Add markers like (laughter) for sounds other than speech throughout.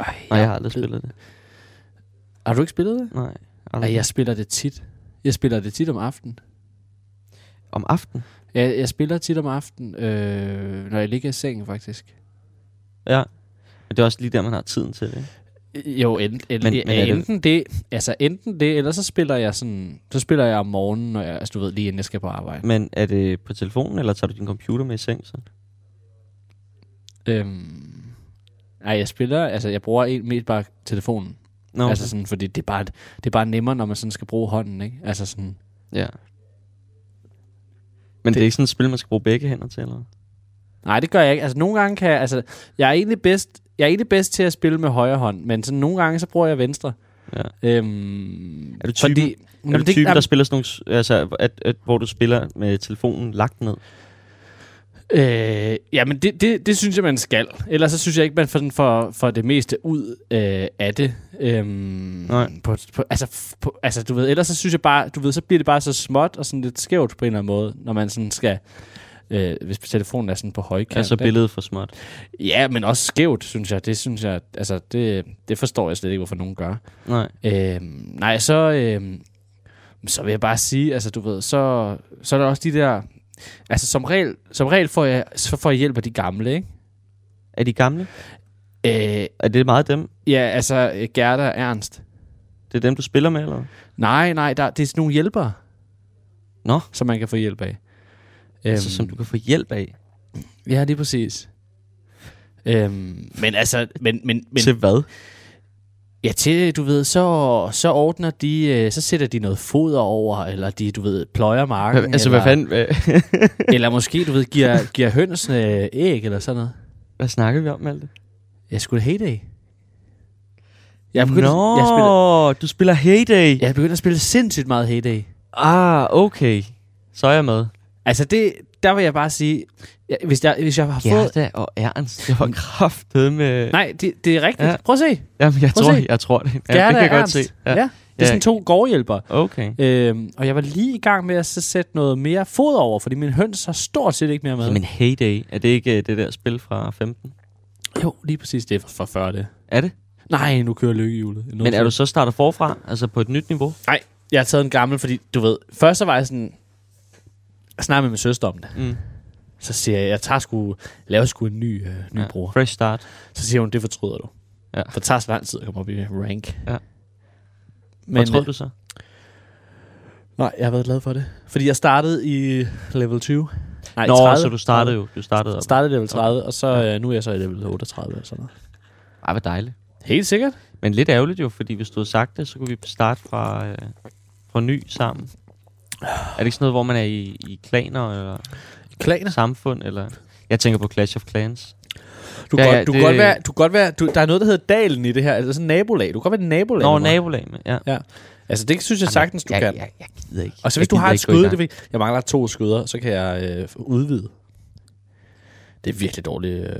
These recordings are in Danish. Ej, Nej, jeg har aldrig spillet det. Har du ikke spillet det? Nej. aldrig. Nej, jeg spiller det tit. Jeg spiller det tit om aftenen. Om aftenen? Jeg, jeg spiller tit om aftenen, øh, når jeg ligger i sengen faktisk. Ja. Men det er også lige der, man har tiden til det. ikke? Øh, Jo, en, en, Men- men, men men er det- enten det... altså enten det, eller så spiller jeg sådan, så spiller jeg om morgenen, når jeg, altså du ved, lige inden jeg skal på arbejde. Men er det på telefonen, eller tager du din computer med i seng? Så? Øhm, nej, jeg spiller, altså jeg bruger en mest bare telefonen. Nå, Okay. Altså sådan, fordi det er, bare, det er bare nemmere, når man sådan skal bruge hånden, ikke? Altså sådan, ja. Men det, det er ikke sådan et spil, man skal bruge begge hænder til, eller? hvad? nej, det gør jeg ikke. Altså nogle gange kan jeg, altså jeg er egentlig bedst, jeg er egentlig bedst til at spille med højre hånd, men sådan nogle gange, så bruger jeg venstre. Ja. Øhm, Er du typen, fordi, er du Jamen, det- typen der jamen, spiller sådan nogle, s- altså, at, at, hvor du spiller med telefonen lagt ned? Øh, jamen, det, det, det synes jeg, man skal. Ellers så synes jeg ikke, man får, sådan for, for det meste ud øh, af det. Øhm, Nej. På, på, altså, f- på, altså, du ved, ellers så synes jeg bare, du ved, så bliver det bare så småt og sådan lidt skævt på en eller anden måde, når man sådan skal, øh, hvis telefonen er sådan på højkant. Ja, så ikke? er altså billedet for småt. Ja, men også skævt, synes jeg. Det synes jeg, altså, det, det forstår jeg slet ikke, hvorfor nogen gør. Nej. Øhm, nej, så, øhm, så vil jeg bare sige, altså du ved, så, så er der også de der, altså som regel, som regel får jeg, så får jeg hjælp af de gamle, Er de gamle? ikke? Øh, Er det meget dem? ja, altså øh, Gerda og Ernst. Det er dem, du spiller med, eller? Øhm. hvad? Nej, nej, der, det er sådan nogle hjælpere. Nå. Som man kan få hjælp af. Altså, som du kan få hjælp af. Ja, lige præcis. Øhm, men altså, men, men, men Men, til hvad? Ja, til, du ved, så, så ordner de, øh, så sætter de noget foder over, eller de, du ved, pløjer marken. altså, eller, hvad fanden? Hvad, (laughs) Eller måske, du ved, giver, giver hønsene æg eller sådan noget. hvad snakker vi om, Malte? Jeg skulle heyday. Jeg er begyndt, Nå, jeg, spiller, du spiller Heyday. jeg er begyndt at spille sindssygt meget heyday. Ah, okay. Så er jeg med. Altså, det, der vil jeg bare sige, jeg, hvis, jeg, hvis jeg har fået... Gerda og Ernst, det var kraftet med... Nej, det, det er rigtigt. Ja. Ja. Prøv at se. Jamen, jeg Prøv at tror, se. jeg tror det. Ja, Gerda det kan jeg godt Ernst. se. Ja. ja. Det Ja. er sådan to gårdhjælpere. Okay. Øhm, og jeg var lige i gang med at så sætte noget mere fod over, fordi min høns har stort set ikke mere med. Men Heyday, er det ikke øh, det der spil fra 15? Jo, lige præcis. Det er fra- fra 40, det. Er det? Nej, nu kører lykkehjulet. Men er du så starter forfra, altså på et nyt niveau? Nej, jeg har taget en gammel, fordi du ved, først så var jeg sådan, jeg snakkede med min søster om det. Mm. Så siger jeg, jeg tager sgu, laver sgu en ny, øh, ny ja. bruger. Fresh start. Så siger hun, det fortryder du. Ja. For det tager så lang tid at komme op i rank. Ja. Men, Hvad tror du så? Nej, jeg har været glad for det. Fordi jeg startede i level 20. Nej, Nå, så du startede jo. Du startede op. Startede i level 30, og så øh, nu er jeg så i level 38 eller sådan noget. Ej, hvor dejligt. Helt sikkert. Men lidt ærgerligt jo, fordi hvis du havde sagt det, så kunne vi starte fra, øh, fra ny sammen. Er det ikke sådan noget, hvor man er i, i klaner eller Klaner. samfund? Eller? Jeg tænker på Clash of Clans. Du, Ja, ja, ja, godt, du, det- det... godt være, du godt være, du, der er noget, der hedder dalen i det her. Altså sådan en nabolag. Du kan godt være et nabolag. Nå, med mig. nabolag med. Ja. Ja. Altså det synes jeg sagtens, du jeg, kan. Jeg, jeg gider ikke. Og så jeg hvis du har gider et ikke gå i skud, gang. det ved, jeg mangler to skyder, så kan jeg øh, udvide. Det er virkelig dårligt, øh,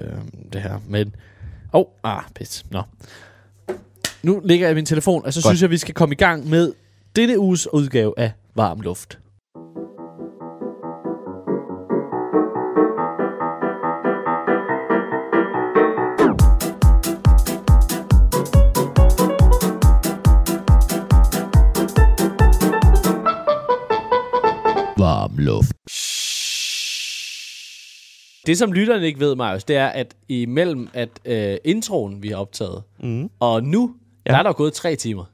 det her. Men, åh, oh, ah, pis. Nå. Nu ligger jeg i min telefon, og så Godt. Godt. synes jeg, vi skal komme i gang med denne uges udgave af Varm Luft. Varm Luft. Det, som lytterne ikke ved, Marius, det er, at imellem at øh, introen, vi har optaget, mm. og nu, ja. der er der gået tre timer.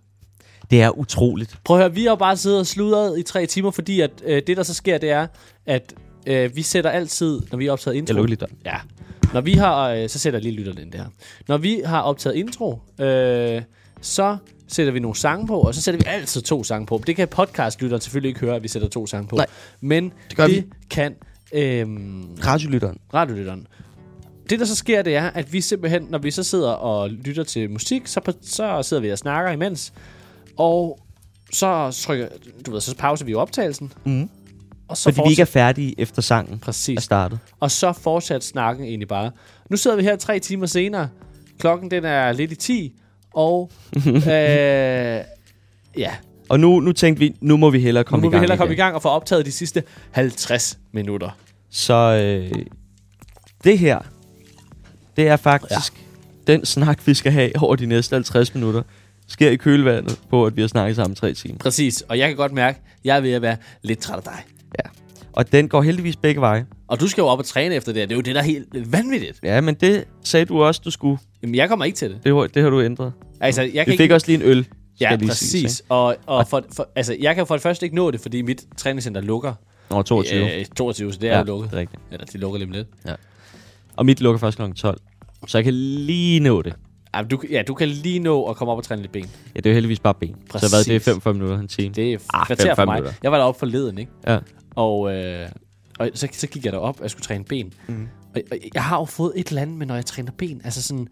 Det er utroligt. Prøv at høre, vi har bare siddet og sludret i tre timer, fordi at øh, det, der så sker, det er, at øh, vi sætter altid, når vi har optaget Jeg intro... lukker lige døren. Ja. Når vi har... Øh, så sætter jeg lige lytterne ind det her. Når vi har optaget intro, øh, så sætter vi nogle sange på, og så sætter vi altid to sange på. Det kan podcastlytteren selvfølgelig ikke høre, at vi sætter to sange på. Nej. Men det, gør det vi. kan øh, Radiolytteren. radiolytteren. Det, der så sker, det er, at vi simpelthen, når vi så sidder og lytter til musik, så, på, så sidder vi og snakker imens, og så trykker, du ved, så pauser vi jo optagelsen. Mm. Og så Fordi vi ikke fortsætter, er færdige efter sangen Præcis. er Altså, startet. og så fortsat snakken egentlig bare. Nu sidder vi her tre timer senere. Klokken, den er lidt i 10, og (laughs) øh, ja, Og nu, nu tænkte vi, nu må vi hellere nu komme må i vi gang. hellere komme i igen. gang og få optaget de sidste 50 minutter. Så øh, det her, det er faktisk Den snak, vi skal have over de næste 50 minutter, sker i kølvandet på, at vi har snakket sammen i tre timer. Præcis, og jeg kan godt mærke, at jeg er ved at være lidt træt af dig. Ja. Og den går heldigvis begge veje. Og du skal jo op og træne efter det her. Det er jo det, der er helt vanvittigt. Ja, men det sagde du også, du skulle. Jamen, jeg kommer ikke til det. Det, har- det har du ændret. Altså, jeg kan Vi fik ikke... også lige en øl. skal Ja, lige siges, præcis. ikke? og og for, for, altså, jeg kan for det første ikke nå det, fordi mit træningscenter lukker. Nå, 22. i, Øh, 22, så det er jo lukket. det er rigtigt. Eller de lukker lige om lidt. Og mit lukker først kl. 12. Så jeg kan lige nå det. Ja, du, ja, du kan lige nå at komme op og træne lidt ben. Ja, det er jo heldigvis bare ben. Præcis. Så hvad, det er Præcis. 45 minutter, en time. Det er Ah, ah, kvarter fem- for fem mig. minutter. Jeg var deroppe forleden, ikke? Ja. Og, øh, og så, så gik jeg derop, og jeg skulle træne ben. Mhm. Mm. Og, og jeg har jo fået et eller andet med, når jeg træner ben. Altså sådan,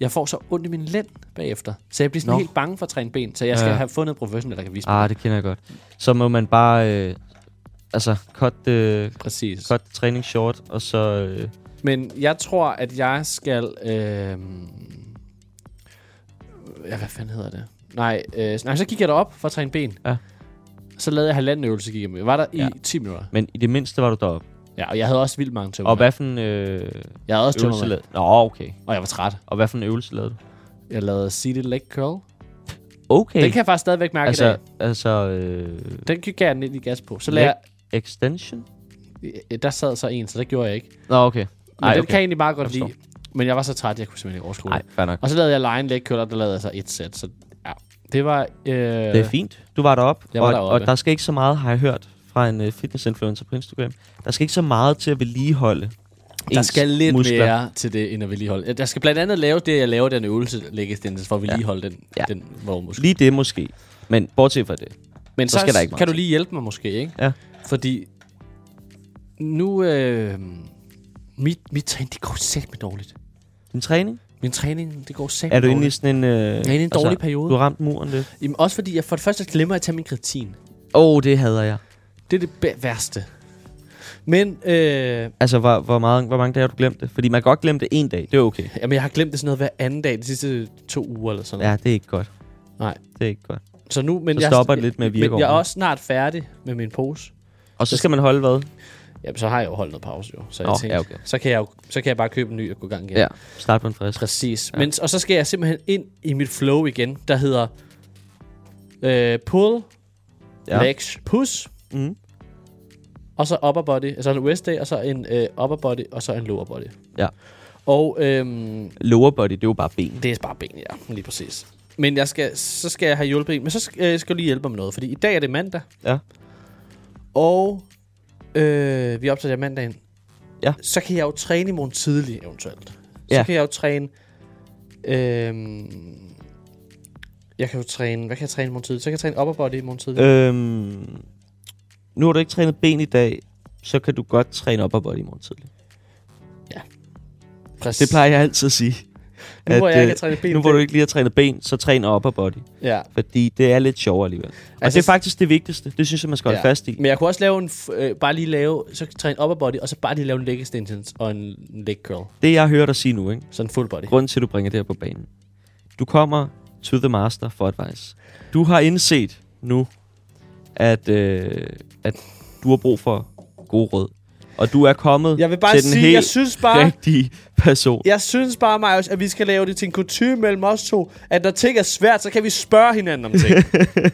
jeg får så ondt i min lænd bagefter. Så jeg bliver sådan Nå. Nå. helt bange for at træne ben. Så jeg skal Ja. ja. have fundet en professionel, der kan vise mig. Ah, det kender jeg godt. Så må man bare, øh, altså, cut, øh, Præcis. cut træning short, og så... Øh, Men jeg tror, at jeg skal... Øh, ja, hvad fanden hedder det? Nej, øh, nej, så gik jeg derop for at træne ben. Ja. Så lavede jeg halvanden øvelse, gik jeg med. Jeg var der Ja. ja. i 10 minutter. men i det mindste var du deroppe. Ja, og jeg havde også vildt mange tømmer. Og hvad for en øh, Jeg havde også øvelse tømmer, lavede Nå, okay. og jeg var træt. Og hvad for en øvelse lavede du? Jeg lavede seated leg curl. Okay. Den kan jeg faktisk stadigvæk mærke altså, i altså, dag. altså øh, Den gik jeg lidt i gas på. Så leg lagde extension? jeg, der sad så en, så det gjorde jeg ikke. Men Nå, okay. Ej, den okay. kan jeg egentlig meget godt Jeg lide. Men jeg var så træt, jeg kunne simpelthen ikke overskue Nej, det. fair nok. Og så lavede jeg line leg curl, og der lavede jeg så et sæt. Så ja, det var... Øh, Det er fint. Du var deroppe, Jeg var og, deroppe. og der skal ikke så meget, har jeg hørt fra en uh, fitnessinfluencer på Instagram. Der skal ikke så meget til at vedligeholde Der ens skal lidt muskler. muskler. mere til det, end at vedligeholde. Der skal blandt andet lave det, jeg laver den øvelse, lægges for at vedligeholde ja. den, Ja. ja. den vormuskel. Lige det måske. Men bortset fra det. Men så så, skal der så ikke meget kan du til. lige hjælpe mig måske, ikke? Ja. Fordi nu... Øh, mit, mit træning, det går sæt med dårligt. Din træning? Min træning, det går sæt Er du inde i dårligt. sådan en... Øh, jeg er inde i en dårlig periode. Du har ramt muren lidt. Jamen, også fordi jeg for det første glemmer at tage min kreatin. Åh, oh, det hader jeg. Det er det bæ- værste. Men øh, Altså, hvor, hvor, meget, hvor mange dage har du glemt det? Fordi man kan godt glemme det en dag. Det er okay. jamen, jeg har glemt det sådan noget hver anden dag de sidste to uger eller sådan noget. Ja, det er ikke godt. Nej. Det er ikke godt. Så nu, men Så jeg, stopper det lidt med at virke Men jeg er ordentligt. også snart færdig med min pose. Og så skal man holde hvad? Jamen, så har jeg jo holdt noget pause, jo. Så, jeg Nå, tænkte, ja, okay. så, kan jeg jo, så kan jeg bare købe en ny og gå i gang igen. Start på en frisk. Præcis. Ja. Men, og så skal jeg simpelthen ind i mit flow igen, der hedder øh, pull, ja. legs, push, Mm. og så upper body, altså en west day, og så en øh, upper body, og så en lower body. Ja. Og øhm, Lower body, det er jo bare ben. det er bare ben, ja, lige præcis. Men jeg skal, så skal jeg have hjulpet en, men så skal, øh, skal jeg lige hjælpe ham med noget, fordi i dag er det mandag, Ja. og øh, vi optager det mandagen. Ja. Så kan jeg jo træne i morgen tidlig, eventuelt. Så Ja. kan jeg jo træne... Øhm, jeg kan jo træne... Hvad kan jeg træne i morgen tidlig? Så kan jeg træne upper body i morgen tidlig. Øh. Mm. Øhm, nu har du ikke trænet ben i dag, så kan du godt træne upper body i morgen tidlig. Præcis. Det plejer jeg altid at sige. Nu hvor jeg ikke øh, har trænet ben Nu i hvor du dag. ikke lige har trænet ben, så træn upper body. Ja. Fordi det er lidt sjovere alligevel. Altså, og Altså, det er faktisk det vigtigste. Det synes jeg, man skal holde ja. fast i. Men jeg kunne også lave en... f- Øh, bare lige lave... Så træne upper body, og så bare lige lave en leg extensions og en leg curl. Det, jeg hører dig sige nu, ikke? Så en full body. grunden til, at du bringer det her på banen. Du kommer to the master for advice. Du har indset nu, at, øh, at du har brug for god råd. Og du er kommet Jeg vil bare til den sige, helt jeg synes bare- rigtige person. Jeg synes bare, Marius, at vi skal lave det til en kutume mellem os to, at når ting er svært, så kan vi spørge hinanden om (laughs) ting. vi er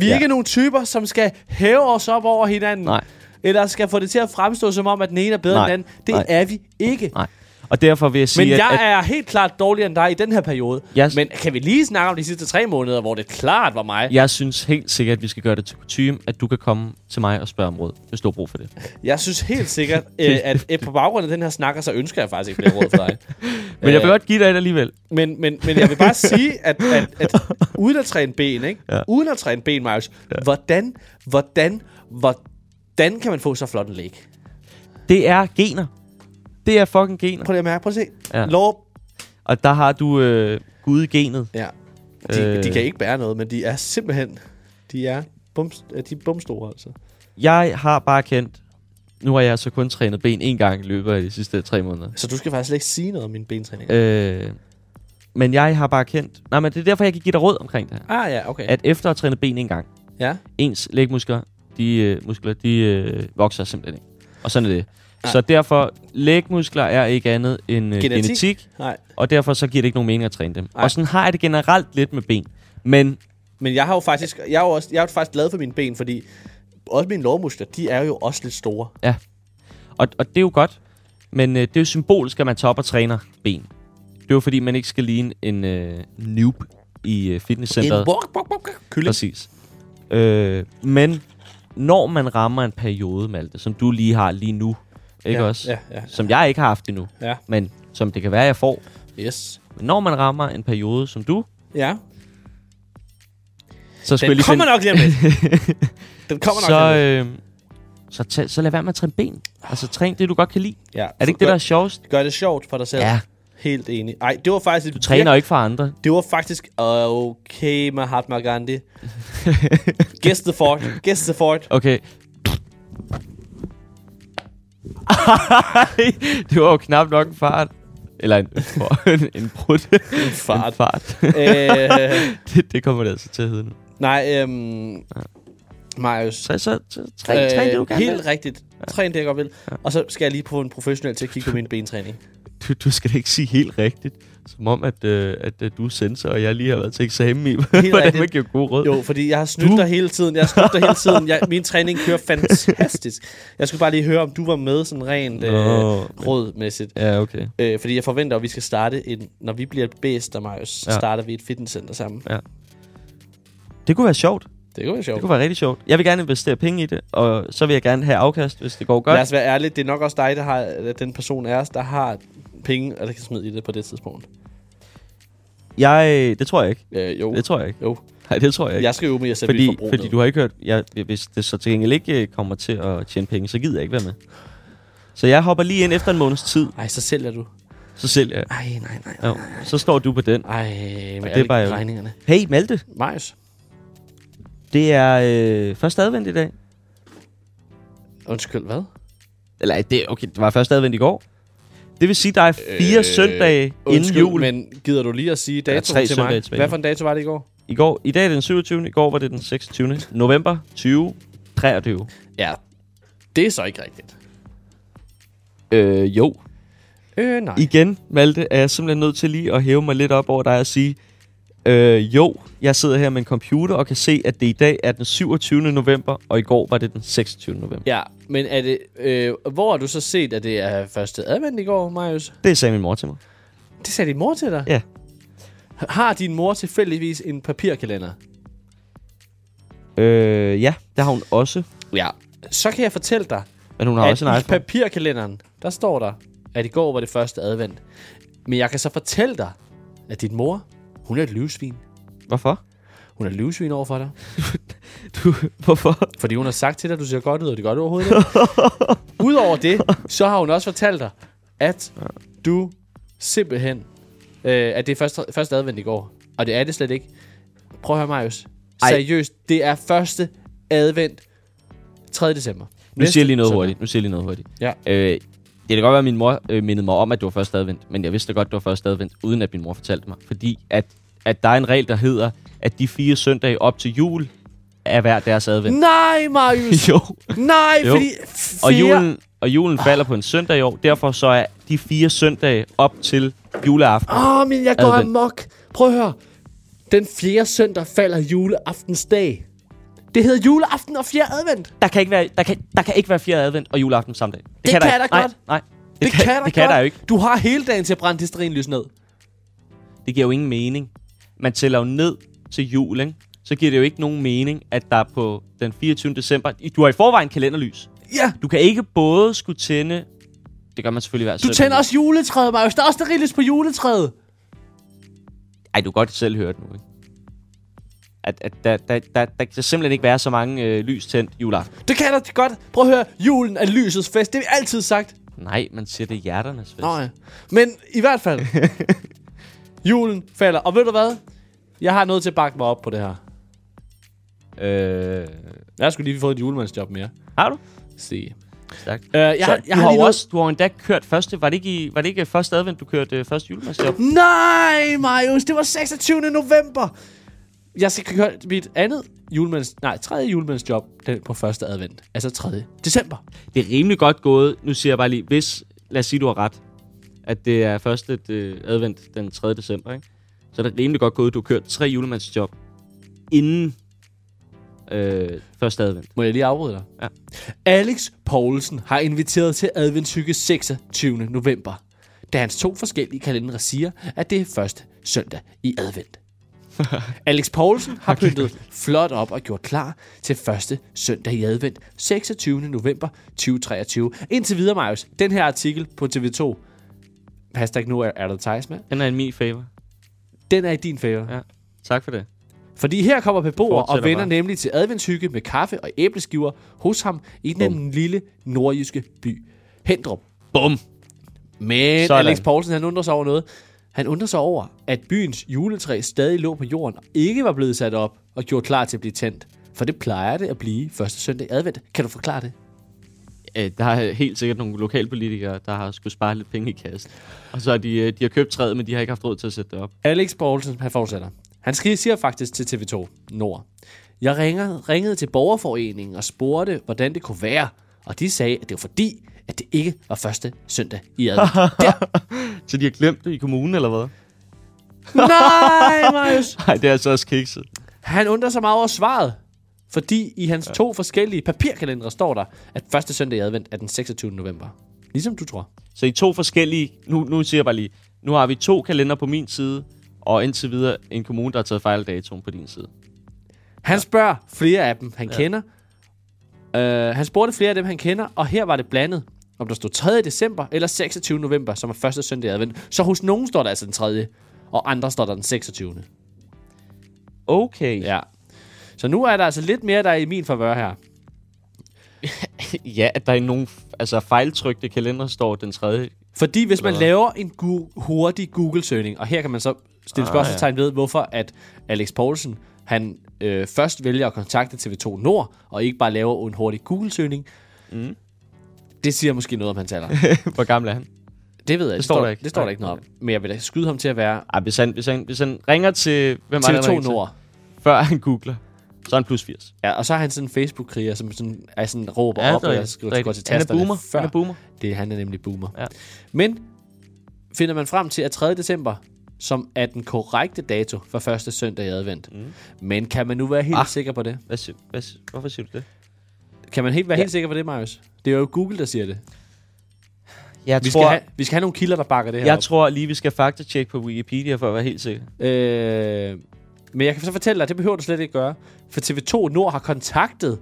Ja. ja. ikke nogen typer, som skal hæve os op over hinanden. Nej. Eller skal få det til at fremstå som om, at den ene er bedre Nej. end den anden. Det Nej. er vi ikke. Nej. Og derfor vil jeg sige, Men at, jeg at er helt klart dårligere end dig i den her periode. Jeg- Men kan vi lige snakke om de sidste tre måneder, hvor det klart var mig? jeg synes helt sikkert, at vi skal gøre det til kutume, at du kan komme til mig og spørge om råd, hvis du har brug for det. Jeg synes helt (laughs) sikkert, øh, at øh, på baggrund af den her snakker, så ønsker jeg faktisk ikke flere råd fra dig. Men jeg vil Øh, godt give dig et alligevel. Men, men, men jeg vil (laughs) bare sige, at, at, at uden at træne ben, ikke? Ja. Ja. Uden at træne ben, Marius, ja. hvordan, hvordan, hvordan kan man få så flot en læg? Det er gener. Det er fucking gener. Prøv lige at mærke, prøv at se. Ja. Ja. Lår, Og der har du øh, Gud i genet. ja. De, øh. de Øh. kan ikke bære noget, men de er simpelthen, de er, bums, øh, de er bumstore, altså. Jeg har bare kendt... Nu har jeg så kun trænet ben en gang i løbet af de sidste tre måneder. Så du skal faktisk slet ikke sige noget om min bentræning. Øh. Øh, men jeg har bare kendt... Nej, men det er derfor, jeg kan give dig råd omkring det her. Ah ja, okay. At, At efter at træne ben en gang, ja. ens lægmuskler, de, øh, muskler, de øh, vokser simpelthen ikke. Og sådan er det. Så derfor, lægmuskler er ikke andet end øh, Genetik. genetik. genetik, Nej, og derfor så giver det ikke nogen mening at træne dem. Nej. Og sådan har jeg det generelt lidt med ben. Men men jeg har jo faktisk, jeg er jo også, jeg er jo faktisk glad for mine ben, fordi også mine lårmuskler, de er jo også lidt store. Ja. Og, og det er jo godt. Men øh, det er jo symbolisk, at man tager op og træner ben. Det er jo fordi, man ikke skal ligne en øh, noob i øh, fitnesscenteret. bok, bok, bok, kylling. Præcis. Øh, men når man rammer en periode, Malte, som du lige har lige nu, ikke Ja, også? ja, ja. Som jeg ikke har haft endnu, Ja. men som det kan være, jeg får. Yes. Men når man rammer en periode som du, Ja, så skal jeg den lige kommer finde, nok lige om (laughs) lidt. Den kommer nok lige så, om lidt. øh, så, tag, så lad være med at træne ben. Altså træn det, du godt kan lide. Ja, øh, Er det ikke det, der er sjovest? Gør det sjovt for dig selv. Ja. Helt enig. Ej, det var faktisk... Du Træner ikke for andre. Det var faktisk okay, Mahatma (laughs) Gandhi. Guess the fort. Guess the fort. (laughs) Okay. Ej, det var jo knap nok en fart. Eller en, (laughs) en, en brud. En fart. En fart. (laughs) øh, det, det kommer det altså til at hedde nu. nej, øhm, Marius. Så, så, så træn, øh, træn det, du gerne helt vil. rigtigt. Træn det, jeg godt vil. Og så skal jeg lige på en professionel til at kigge på min bentræning. Du, du skal da ikke sige helt rigtigt. Som om, at, øh, at øh, du er sensor, og jeg lige har været til eksamen i, (laughs) hvordan man rigtigt. giver gode råd. Jo, fordi jeg har snydt dig hele tiden. Jeg har snydt dig hele tiden. Jeg, min træning (laughs) kører fantastisk. Jeg skulle bare lige høre, om du var med sådan rent øh, Nå. rådmæssigt. Ja, okay. Øh, fordi jeg forventer, at vi skal starte en... Når vi bliver bedst, Marius, så Ja. starter vi et fitnesscenter sammen. Det kunne være sjovt. Det kunne være sjovt. Det kunne være rigtig sjovt. Jeg vil gerne investere penge i det, og så vil jeg gerne have afkast, hvis det går godt. Lad os være ærlige, det er nok også dig, der har, eller den person af os, der har penge, og der kan smide i det på det tidspunkt. Jeg, det tror jeg ikke. Øh, jo, Det tror jeg ikke. jo. Nej, det tror jeg ikke. Jeg skal jo med at sætte mit fordi, forbrug fordi ned. du har ikke hørt, jeg, hvis det så til gengæld ikke øh, kommer til at tjene penge, så gider jeg ikke være med. Så jeg hopper lige ind efter en måneds tid, Ej, så sælger du. så sælger jeg. Ej, nej, nej. Jo, så står du på den. Ej, med det er alle bare jo- regningerne. Hey Malte, Marius, det er øh, første advent i dag. undskyld, hvad? Eller det, okay, det var første advent i går. Det vil sige, der er fire øh, søndage inden undskyld, jul men gider du lige at sige datoen tre til søndage mig? tilbage Hvad nu. for en dato var det i går? i går. I dag er det den 27. I går var det den 26. November 2023. Ja, det er så ikke rigtigt. Øh, jo. Øh, nej. igen, Malte, er jeg simpelthen nødt til lige at hæve mig lidt op over dig og sige, øh, jo, jeg sidder her med en computer og kan se, at det i dag er den 27. november, og i går var det den 26. november. Ja, men er det, øh, hvor har du så set, at det er første advent i går, Marius? Det sagde min mor til mig. Det sagde din mor til dig? Ja. Har din mor tilfældigvis en papirkalender? Øh, ja, det har hun også. Ja. Så kan jeg fortælle dig, Men hun har at også en i iPhone. papirkalenderen, der står der, at i går var det første advent. Men jeg kan så fortælle dig, at din mor, hun er et løvsvin. Hvorfor? Hun er et løvsvin over for dig. Du, hvorfor? Fordi hun har sagt til dig, at du ser godt ud, og det gør du overhovedet ikke. (laughs) Udover det, så har hun også fortalt dig, at du simpelthen, øh, at det er første, første advent i går. Og det er det slet ikke. Prøv at høre, Marius. Ej. Seriøst, det er første advent 3. december. Nu siger jeg lige noget søndag. hurtigt. Nu siger jeg lige noget hurtigt. Ja. Øh, det kan godt være, at min mor øh, mindede mig om, at det var første advent, men jeg vidste godt, at det var første advent, uden at min mor fortalte mig. Fordi at, at der er en regel, der hedder, at de fire søndage op til jul er hver (laughs) deres advent. Nej, Marius! (laughs) jo. Nej, Jo. fordi fire- Og julen, og julen falder på en søndag i år, derfor så er de fire søndage op til juleaften. Åh, oh, men jeg går Advent. amok. Prøv at høre. Den fjerde søndag falder juleaftensdag. Det hedder juleaften og fjerde advent. Der kan ikke være, der kan, der kan ikke være fjerde advent og juleaften samme dag. Det, kan ikke. der nej, godt. Nej, det, Det, det kan, kan, der, det kan godt. der jo ikke. Du har hele dagen til at brænde det sterinlys ned. Det giver jo ingen mening. Man tæller jo ned til jul, ikke? Så giver det jo ikke nogen mening, at der på den 24. december... Du har i forvejen kalenderlys. Ja, Du kan ikke både skulle tænde... Det gør man selvfølgelig hver du tænder også juletræet, Marius. Der er også sterinlys på juletræet. Ej, du kan godt selv høre det nu, ikke? At, at der, der, der, der kan simpelthen ikke være så mange øh, lys tændt juleaften. Det kan der godt. Prøv at høre. Julen er lysets fest. Det har vi altid sagt. Nej, man siger det er hjerternes fest. Nå ja. Men i hvert (laughs) fald. julen falder. Og ved du hvad? Jeg har noget til at bakke mig op på det her. Øh, Jeg skulle lige få et julemandsjob mere. har du? Se. Stærkt. Øh, jeg, Jeg, har- så, jeg, jeg du, har har lige jo noget- også, du har jo endda kørt første... Var det ikke, i, var det ikke første advent, du kørte øh, første julemandsjob? Nej, Marius, det var 26. november. jeg skal køre mit andet julemands... Nej, tredje julemandsjob den på første advent. Altså 3. december. Det er rimelig godt gået. Nu siger jeg bare lige, hvis, lad os sige, du har ret, at det er første øh, advent den 3. december, ikke? så er det rimelig godt gået, du har kørt tre julemandsjob inden øh, første advent. Må jeg lige afbryde dig? Ja. Alex Poulsen har inviteret til Adventshygge 26. november, da hans to forskellige kalendere siger, at det er første søndag i advent. Alex Poulsen har pyntet flot op og gjort klar til første søndag i advent, 26. november 2023. Indtil videre, Marius, den her artikel på TV2, hashtag nu er advertisement, Den er en min favor. den er i din favor. Ja. Tak for det. Fordi her kommer beboere og Fortsætter vender bare. nemlig til adventshygge med kaffe og æbleskiver hos ham i den lille nordjyske by Hendrup. Bum! Men Sådan. Sådan. Alex Poulsen, han undrer sig over noget. Han undrer sig over, at byens juletræ stadig lå på jorden og ikke var blevet sat op og gjort klar til at blive tændt. For det plejer det at blive første søndag i advent. Kan du forklare det? Øh, der er helt sikkert nogle lokalpolitikere, der har skulle spare lidt penge i kassen. Og så har de, øh, de har købt træet, men de har ikke haft råd til at sætte det op. Alex Poulsen, han fortsætter. Han skriver, siger faktisk til TV2 Nord. Jeg ringer, ringede til borgerforeningen og spurgte, hvordan det kunne være. Og de sagde, at det var fordi, at det ikke var første søndag i advent. Så de har glemt det i kommunen, eller hvad? Nej, Marius. Nej, det er altså også kikset. Han undrer sig meget over svaret. Fordi i hans to forskellige papirkalendere står der, at første søndag i advent er den 26. november. Ligesom du tror. Så i to forskellige... Nu, nu siger jeg bare lige... Nu har vi to kalender på min side, og indtil videre en kommune, der har taget fejl af datoen på din side. Han spørger flere af dem, han ja. kender. Uh, han spurgte flere af dem, han kender, og her var det blandet. Om der stod 3. december eller 26. november, som er første søndag i advent. Så hos nogen står der altså den 3. Og andre står der den 26. Okay. Ja, Ja. Så nu er der altså lidt mere, der er i min favør her. ja at der er nogle altså, fejltrykte kalender, står den tredje. Fordi hvis man Eller hvad? laver en gu- hurtig Google-søgning, og her kan man så stille Ah, spørgsmålstegn ved, hvorfor at Alex Poulsen, han øh, først vælger at kontakte TV2 Nord, og ikke bare laver en hurtig Google-søgning. Mm. Det siger måske noget om hans alder. (laughs) Hvor gammel er han? Det ved jeg. Det står der ikke. Det står der Nej. ikke noget om. Men jeg vil da skyde ham til at være Ej, hvis han, hvis han, hvis han ringer til... Hvem er det, han ringer TV2 til, Nord. Før han googler, så er han plus 80. Ja, og så er han sådan en Facebook-kriger, som sådan, er sådan råber Ja, op, det er og jeg rigtigt. skriver går til Han er tasterne boomer. Før. Han er boomer. Det, han er nemlig boomer. Ja. Men finder man frem til, at 3. december, som er den korrekte dato for første søndag i advent. Mm. Men kan man nu være helt Ah. ah. sikker på det? Hvad, siger- hvad, siger- hvorfor siger du det? Kan man helt være ja. helt sikker på det, Marius? Det er jo Google, der siger det. Jeg Vi tror, skal, have, vi skal have nogle kilder, der bakker det her jeg op. tror lige, vi skal faktatjekke på Wikipedia for at være helt sikker. Øh, men jeg kan så fortælle dig, at det behøver du slet ikke gøre. For TV2 Nord har kontaktet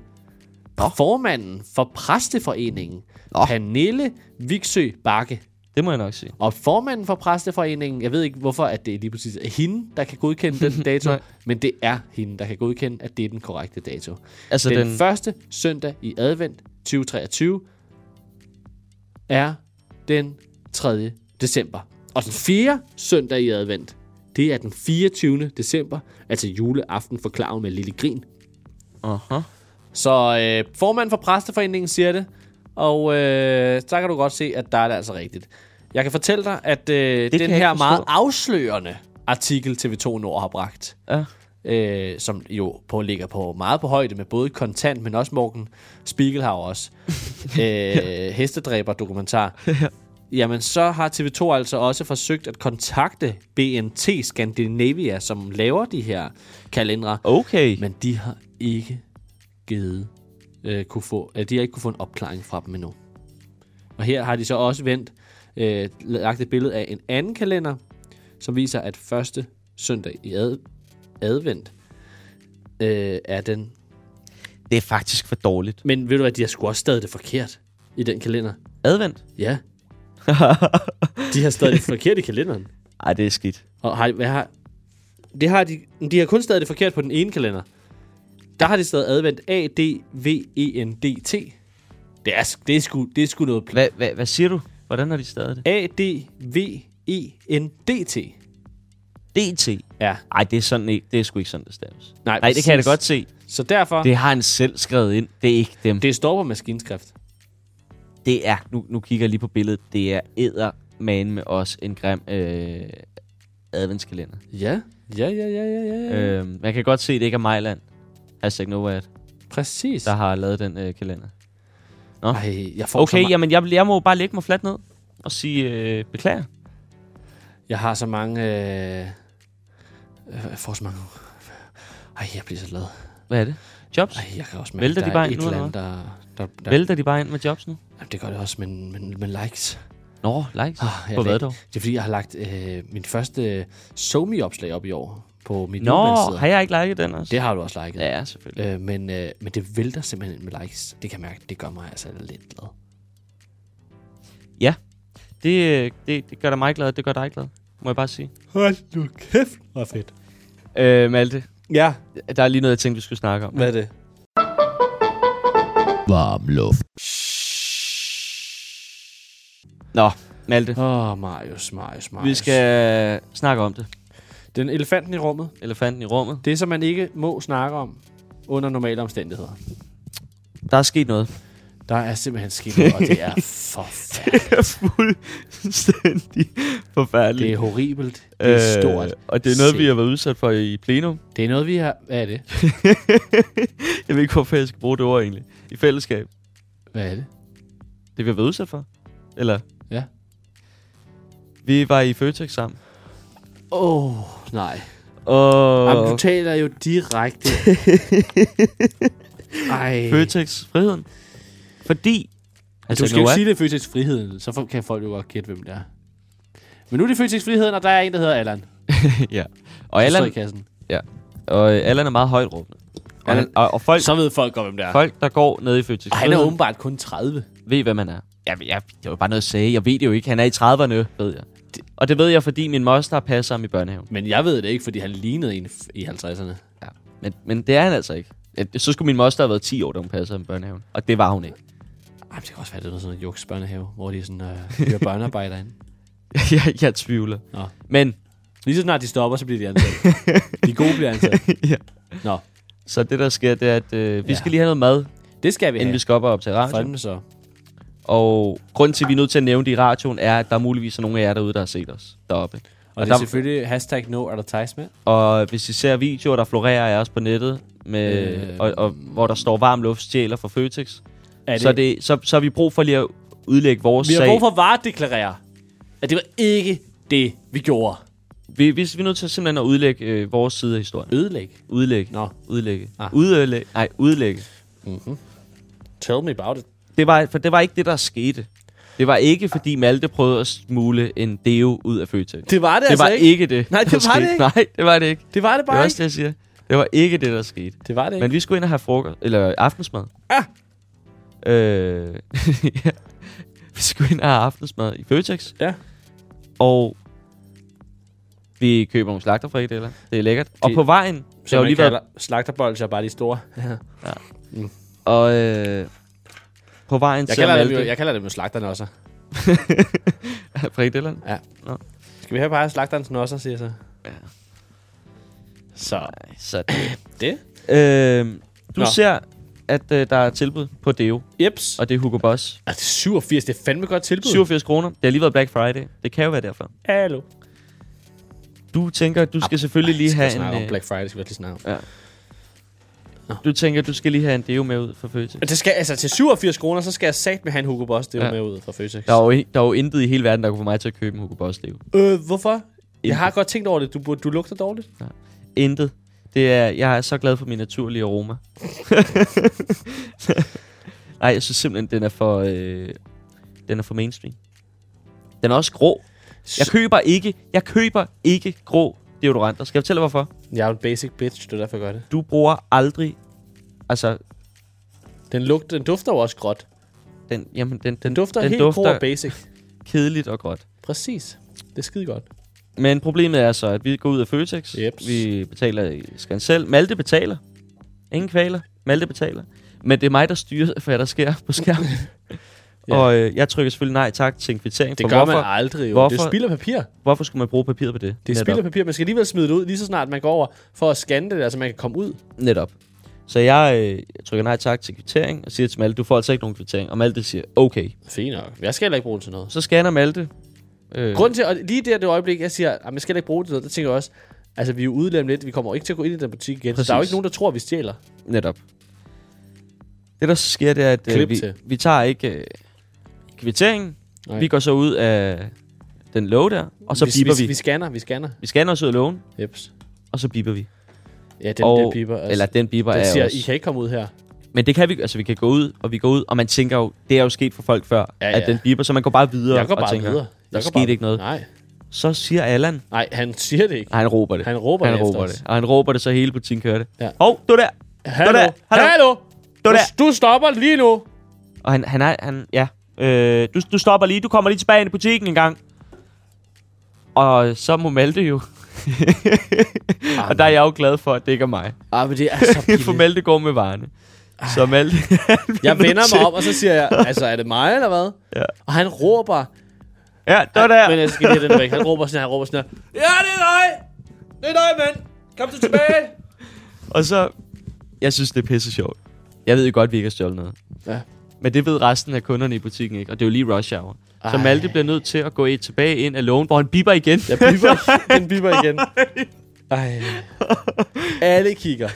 formanden for præsteforeningen, Nå. Pernille Viksø Bakke. Det må jeg nok sige. Og formanden for præsteforeningen, jeg ved ikke hvorfor, at det lige præcis er hende, der kan godkende (laughs) den dato, Nej. men det er hende, der kan godkende, at det er den korrekte dato. Altså den, den, den første søndag i advent 2023 er den 3. december. Og den fjerde søndag i advent, det er den 24. december, altså juleaften forklaret med lille grin. Aha. Så øh, formanden for præsteforeningen siger det, og øh, så kan du godt se, at der er det altså rigtigt. Jeg kan fortælle dig, at øh, kan den her jeg ikke forstå. meget afslørende artikel TV2 Nord har bragt, Ja. øh, som jo på, ligger på meget på højde med både Kontant, men også Morten Spiegelhauer også, øh, hestedræber-dokumentar, jamen så har TV2 altså også forsøgt at kontakte BNT Scandinavia, som laver de her kalendere, Okay. men de har ikke givet, øh, kunne få, øh, de har ikke kunne få en opklaring fra dem endnu. Og her har de så også vendt, øh, lagt et billede af en anden kalender, som viser, at første søndag i ad, advent øh, er den. Det er faktisk for dårligt. Men ved du hvad, de har sgu også stadig det forkert i den kalender. Advent? Ja. de har stadig det forkert i kalenderen. Ej, det er skidt. Og har, hvad har, det har de, de har kun stadig det forkert på den ene kalender. Der har de stadig advendt A, D, V, E, N, D, T. Det er, sk- det er, sgu, det er sgu noget pl- Hvad, hvad, hvad siger du? Hvordan har de stadig det? A, D, V, E, N, D, T. DT. Ja, Ej, det er, sådan ikke, det er sgu ikke sådan, det staves. Nej, Nej det kan jeg præcis. da godt se. så derfor, det, Det har han selv skrevet ind. Det er ikke dem. Det, det står på maskinskrift. det er, nu, nu kigger jeg lige på billedet, det er ædermane med os en grim øh, adventskalender. Ja, ja, ja, ja, ja, ja. ja. Øh, man kan godt se, at det ikke er Mejland. Hashtag Novad, Præcis. der har lavet den øh, kalender. Ej, jeg får så Okay, ma- jamen jeg, jeg må bare lægge mig fladt ned og sige øh, beklager. Jeg har så mange... Øh... øh, Jeg får så mange... Ej, jeg bliver så glad. Hvad er det? Jobs? Ej, jeg kan også mærke, Vælter der de bare er et ind nu, eller andet, eller der... der, der Vælter de bare ind med jobs nu? Jamen, det gør det også, men, men, men likes. Nå, likes. Ah, jeg ved På hvad ikke. dog? Det er fordi, jeg har lagt øh, min første SoMe-opslag op i år på mit Nå, nordmandsside. har jeg ikke liket den også? Det har du også liket. Ja, selvfølgelig. Øh, men, øh, men det vælter simpelthen ind med likes. Det kan jeg mærke, det gør mig altså lidt glad. Det, øh, det, det gør dig meget glad, det gør dig glad. Må jeg bare sige. Hold nu kæft, hvor fedt. Øh, Malte, Ja, der er lige noget, jeg tænkte, vi skulle snakke om. hvad er det? Varm luft. Nå, Malte, Åh, oh, Marius, Marius, Marius. vi skal snakke om det. Den elefanten i rummet. Elefanten i rummet. Det, som man ikke må snakke om under normale omstændigheder. Der er sket noget. Der er simpelthen sket noget, og det er forfærdeligt. (laughs) Det er fuldstændig Det er forfærdeligt. horribelt. Det Øh. er stort. og det er noget, vi har været udsat for i plenum. (laughs) Det er noget, vi har... Hvad er det? Jeg ved ikke, hvorfor jeg skal bruge det ord egentlig. I fællesskab. Hvad er det? Det vi har været udsat for. Eller? Ja. Vi var i Føtex sammen. Åh, oh, nej. Og Jamen, du taler jo (laughs) direkte. Ej. Øh. Føtex friheden. Fordi... Du skal jo Noah- ikke sige, det er Føtex Friheden, så for- kan folk jo godt gætte, hvem det er. Men nu er det Føtex Friheden, og der er en, der hedder Allan. Der (laughs) ja. Og står i Allan, kassen. og øh, Allan er meget højt råbende. Og, Allan- han, og, og folk, Så ved folk godt, hvem det er. folk, der går ned i Føtex Og han er åbenbart kun 30. ved, hvad man er. Jeg, jeg, det var bare noget at sige. Jeg ved det jo ikke. Han er i 30'erne, ved jeg. Og det ved jeg, fordi min moster passer ham i børnehaven. Men jeg ved det ikke, fordi han lignede en f- i 50'erne. Ja. Men, men det er han altså ikke. Ja, Så skulle min moster have været 10 år, da hun passede ham i børnehaven. Og det var hun ikke. Ej, men det kan også være, det er noget sådan en juksbørnehave, hvor de sådan, øh, hører børnearbejder (laughs) ind. (laughs) jeg, jeg tvivler. Nå. Men Lige så snart de stopper, så bliver de ansat. De gode bliver ansat. Ja. Nå, så det, der sker, det er, at øh, vi Ja. ja. skal lige have noget mad, (laughs) det skal vi inden vi have. skal op og op til radio. Fanden så. Og grund til, at vi er nødt til at nævne det i radioen, er, at der er muligvis er nogle af jer derude, der har set os deroppe. Og, og det der- er selvfølgelig hashtag no advertisement. Og hvis I ser videoer, der florerer af os på nettet, med, øh, Øh. og, og, hvor der står varm luft stjæler fra Føtex, Er så, er det, så, så har vi brug for lige at udlægge vores vi har sag. brug for at varedeklarere, at det var ikke det, vi gjorde. Vi, vi, vi er nødt til simpelthen at udlægge øh, vores side af historien. Ødelæg. Udlægge. Nå. Udlægge. Ah. Udlægge. Nej, udlægge. Tell me about it. Det var, for det var ikke det, der skete. Det var ikke, fordi Malte prøvede at smule en deo ud af Føtex. Det, Det var det, det det altså var ikke. ikke, det, Nej, der det var det skete. ikke. Nej, det var det ikke. Det var det Det er bare også ikke. det, jeg siger. Det var ikke det, der skete. Det var det ikke. Men vi skulle ind og have frokost, eller aftensmad. Ah. Øh, (laughs) ja. Vi skulle ind og have aftensmad i Føtex. Ja. Og vi køber nogle E slagterfrikadeller. Det er lækkert. Det, og på vejen, det Så har jo man lige lige været, kalder slagterbolds er bare de store. og øh, på vejen Jeg ser kalder, dem Malte jo, jeg kalder dem jo slagterne også. frikadellerne. Skal vi have bare slagterens også, siger jeg så. Ja. Så Så (clears throat) det. øh, du Nå. Nå. ser, at øh, der er tilbud på Deo, Jeps. og det er Hugo Boss. Og det er 87, det er fandme godt tilbud. 87 kroner. Det har lige været Black Friday. Det kan jo være derfor. Hallo. Du tænker, at du skal selvfølgelig lige Skal have Ah, vi snakke en... om øh, Black Friday, skal vi lige snakke om. Du tænker, at du skal lige have en deo med ud fra Føtex. Men Det skal, altså, til 87 kroner, så skal jeg sat med han Hugo Boss, det er jo Ja. med ud fra Føtex. Der er, jo, i- der er jo intet i hele verden, der kunne få mig til at købe en Hugo Boss deo. Øh, hvorfor? Jeg har godt tænkt over det. Du, burde- du lugter dårligt. Intet. Det er, jeg er så glad for min naturlige aroma. (laughs) Nej, jeg synes simpelthen, den er for, øh, den er for mainstream. Den er også grå. Jeg køber ikke, jeg køber ikke grå deodoranter. Skal jeg fortælle dig, hvorfor? Jeg er jo en basic bitch, det er derfor, jeg gør det. Du bruger aldrig, altså, Den, lugt, den dufter jo også gråt. den, jamen, den, den, Den dufter den den helt dufter... grå og dufter basic. kedeligt og godt. Præcis. Det er skide godt. Men problemet er så, at vi går ud af Føtex. Jeps. Vi betaler i skan selv. Malte betaler. Ingen kvaler. Malte betaler. Men det er mig, der styrer, (laughs) hvad der sker på (laughs) skærmen. Ja. ja. Og øh, jeg trykker selvfølgelig nej tak til en kvittering. Det for gør hvorfor, hvorfor? man aldrig jo. Hvorfor? hvorfor- Det spilder papir. hvorfor skulle man bruge papir på det? Det er Netop. spilder papir. Man skal alligevel smide det ud, lige så snart man går over for at scanne det, altså man kan komme ud. Netop. Så jeg øh, trykker nej tak til kvittering og siger til Malte, du får altså ikke nogen kvittering. Og Malte siger, okay. Fint nok. Jeg skal heller ikke bruge den til noget. Så scanner Malte Øh, Grunden til, og lige der det øjeblik, jeg siger, at man skal da ikke bruge det, der tænker jeg også, altså vi er jo udlemt lidt, vi kommer ikke til at gå ind i den butik igen. Præcis. Præcis. Der er jo ikke nogen, der tror, at vi stjæler. Netop. Det, der så sker, det er, at Klip øh, vi, til. vi tager ikke øh, kvitteringen. Nej. Vi går så ud af den låge der, og så vi, biber vi. Vi scanner, vi scanner. Vi scanner os ud af lågen, Jeps. og så biber vi. Ja, den og, der piper. Altså, Eller eller den biber den er siger, også. I kan ikke komme ud her. Men det kan vi, altså vi kan gå ud, og vi går ud, og man tænker jo, det er jo sket for folk før, Ja, ja, ja. at ja. den biber, så man går bare videre Jeg går og bare tænker, videre. der Jeg går skete bare- ikke noget. Nej, Så siger Allan, nej, han siger det ikke. nej, han råber det. Han råber, han efter råber os. det. Og han råber det, så hele butikken hører det. Ja. Hov, du der! Hallo, der, hallo, hallo, hallo. Du Du, der! du stopper lige nu. Og han, han er, han, ja. Øh, du, du stopper lige, du kommer lige tilbage ind i butikken en gang. Og så må Malte jo. og der er jeg jo glad for, at det ikke er mig. Ah, men Ah, det er (laughs) så for Malte går med varerne. Så Malte... (laughs) Jeg vender mig op, og så siger jeg, altså er det mig eller hvad? Ja. Og han råber, Ja, der Ah, Men der. jeg skal lige have den væk. Han råber sådan her, han råber sådan her. Ja, det er dig! Det er dig, mand! Kom så tilbage! Og så... Jeg synes, det er pisse sjovt. Jeg ved jo godt, vi ikke har stjålet noget. Ja. Men det ved resten af kunderne i butikken ikke, og det er jo lige rush hour. Så Ej. Malte bliver nødt til at gå i- tilbage ind af lågen, hvor han biber igen. Jeg biber. Den biber (laughs) igen. Ej. Alle kigger.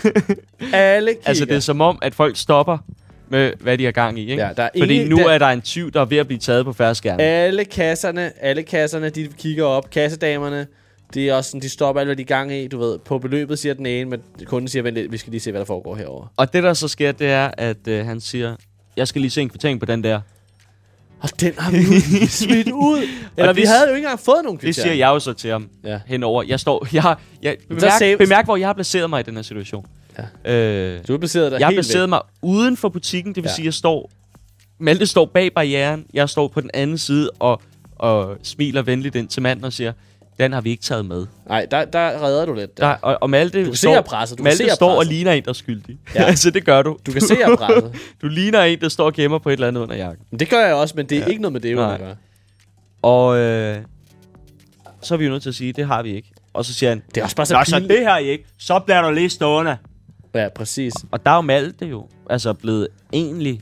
Alle kigger. Altså, det er som om, at folk stopper med, hvad de har gang i, ikke? Ja, der er Fordi ingen- nu der- er der en tyv, der er ved at blive taget på færre skærm. Alle kasserne, alle kasserne, de kigger op. Kassedamerne, det er også sådan, de stopper alt, hvad de er i gang i. Du ved, på beløbet siger den ene, men kunden siger, vent lidt, vi skal lige se, hvad der foregår herover. Og det, der så sker, det er, at øh, han siger, jeg skal lige se en kvittering på den der. Og den har vi jo smidt (laughs) ud. Eller Og vi det- havde jo ikke engang fået nogen Det kvitteringer. siger jeg jo så til ham ja. Ja. henover. Jeg står, (laughs) jeg, har- jeg save- bemærk, bemærk, hvor jeg har placeret mig i den her situation. Ja. Øh, Du er placeret dig jeg har helt væk. placeret mig uden for butikken, det vil ja. Ja. sige, jeg står... Malte står bag barrieren, jeg står på den anden side og, og smiler venligt ind til manden og siger, den har vi ikke taget med. Nej, der, der redder du lidt. Der, og, og Malte kan se, står, jeg er presset. Du kan Malte se, jeg er står og presset. ligner en, der er skyldig. Ja. Ja. (laughs) altså, det gør du. Du (laughs) kan se, jeg er presset. du ligner en, der står og gemmer på et eller andet under jakken. Men det gør jeg også, men det er ja. ikke noget med det, Nej. at gøre. Og øh, så er vi jo nødt til at sige, det har vi ikke. Og så siger han, Det er også bare så Nå, så pinligt. det her I ikke. Så bliver du lige stående. Ja, præcis. Og der er jo Malte jo altså blevet egentlig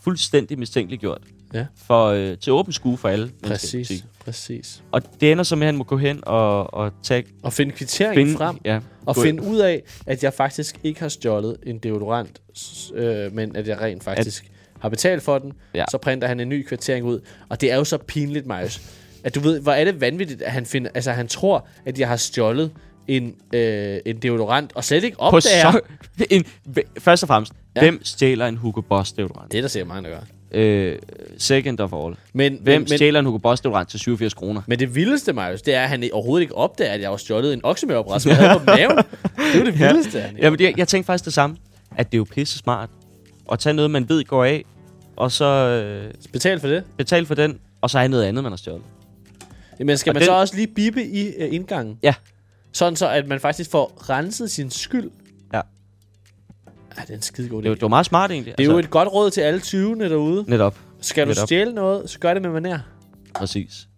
fuldstændig mistænkeliggjort. Ja. For, øh, til åben skue for alle. mennesker i Præcis, butikken. præcis. Og det ender så med, at han må gå hen og, og tage Og finde kvitteringen finde, frem. Ja, Og gå- finde ud af, at jeg faktisk ikke har stjålet en deodorant, s- øh, men at jeg rent faktisk at... har betalt for den. Ja. Ja. Så printer han en ny kvittering ud. Og det er jo så pinligt, Marius. At du ved, hvor er det vanvittigt, at han, finder, altså, han tror, at jeg har stjålet en, øh, en deodorant, og slet ikke på opdager... så, (laughs) en, Først og fremmest, ja. Ja. hvem stjæler en Hugo Boss deodorant? Det er der sikkert mange, der gør. Øh, second of all. Men, Hvem men, men, stjæler en Hugo Boss deodorant til 87 kroner? Men det vildeste, Marius, det er, at han overhovedet ikke opdager, at jeg har stjålet en oksemøreopret, som jeg havde på (laughs) maven. Det er jo det vildeste, han Jamen, jeg, jeg tænkte faktisk det samme. At det er jo pisse smart at tage noget, man ved går af, og så øh, Betal for det. betale for den, og så have noget andet, man har stjålet. Men skal Og man den- så også lige bippe i øh, indgangen? Ja. Sådan så, at man faktisk får renset sin skyld. Ja. Ej, det er en skide god idé. Det, var- det var meget smart egentlig. altså. Det er jo et godt råd til alle 20'erne derude. Netop. Skal du netop. stjæle noget, så gør det med manér. Præcis.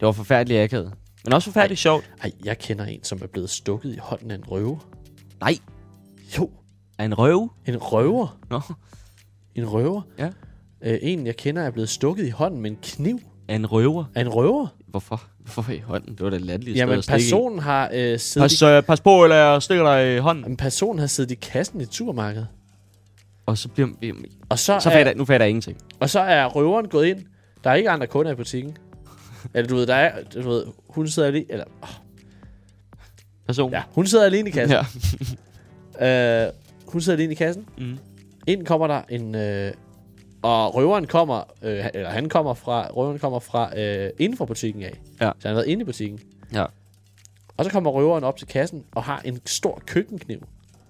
Det var forfærdeligt akavet. Men også forfærdeligt sjovt. Ej, jeg kender en, som er blevet stukket i hånden af en røver. Nej, Jo, er en røv? en røver. Nå. En røver. Ja. Øh, en, jeg kender, er blevet stukket i hånden med en kniv Er en røver? af en røver. Hvorfor? Hvorfor i hånden? Det var da latterligt Jamen, personen har øh, siddet i Pas, øh, pas på, eller jeg stikker dig i hånden. En person har siddet i kassen i et supermarked. Og så bliver... Jamen, Og så, så er, fatter, nu fatter jeg ingenting. og så er røveren gået ind. Der er ikke andre kunder i butikken. Eller du ved, der er, du ved, hun sidder alene, eller, Person. ja, hun sidder alene i kassen. ja. Ja. Øh, hun sidder alene i kassen. Mhm. Ind kommer der en, øh, og røveren kommer, øh, eller han kommer fra, røveren kommer fra, øh, inden for butikken af. Ja. Så han har været inde i butikken. ja. Og så kommer røveren op til kassen og har en stor køkkenkniv.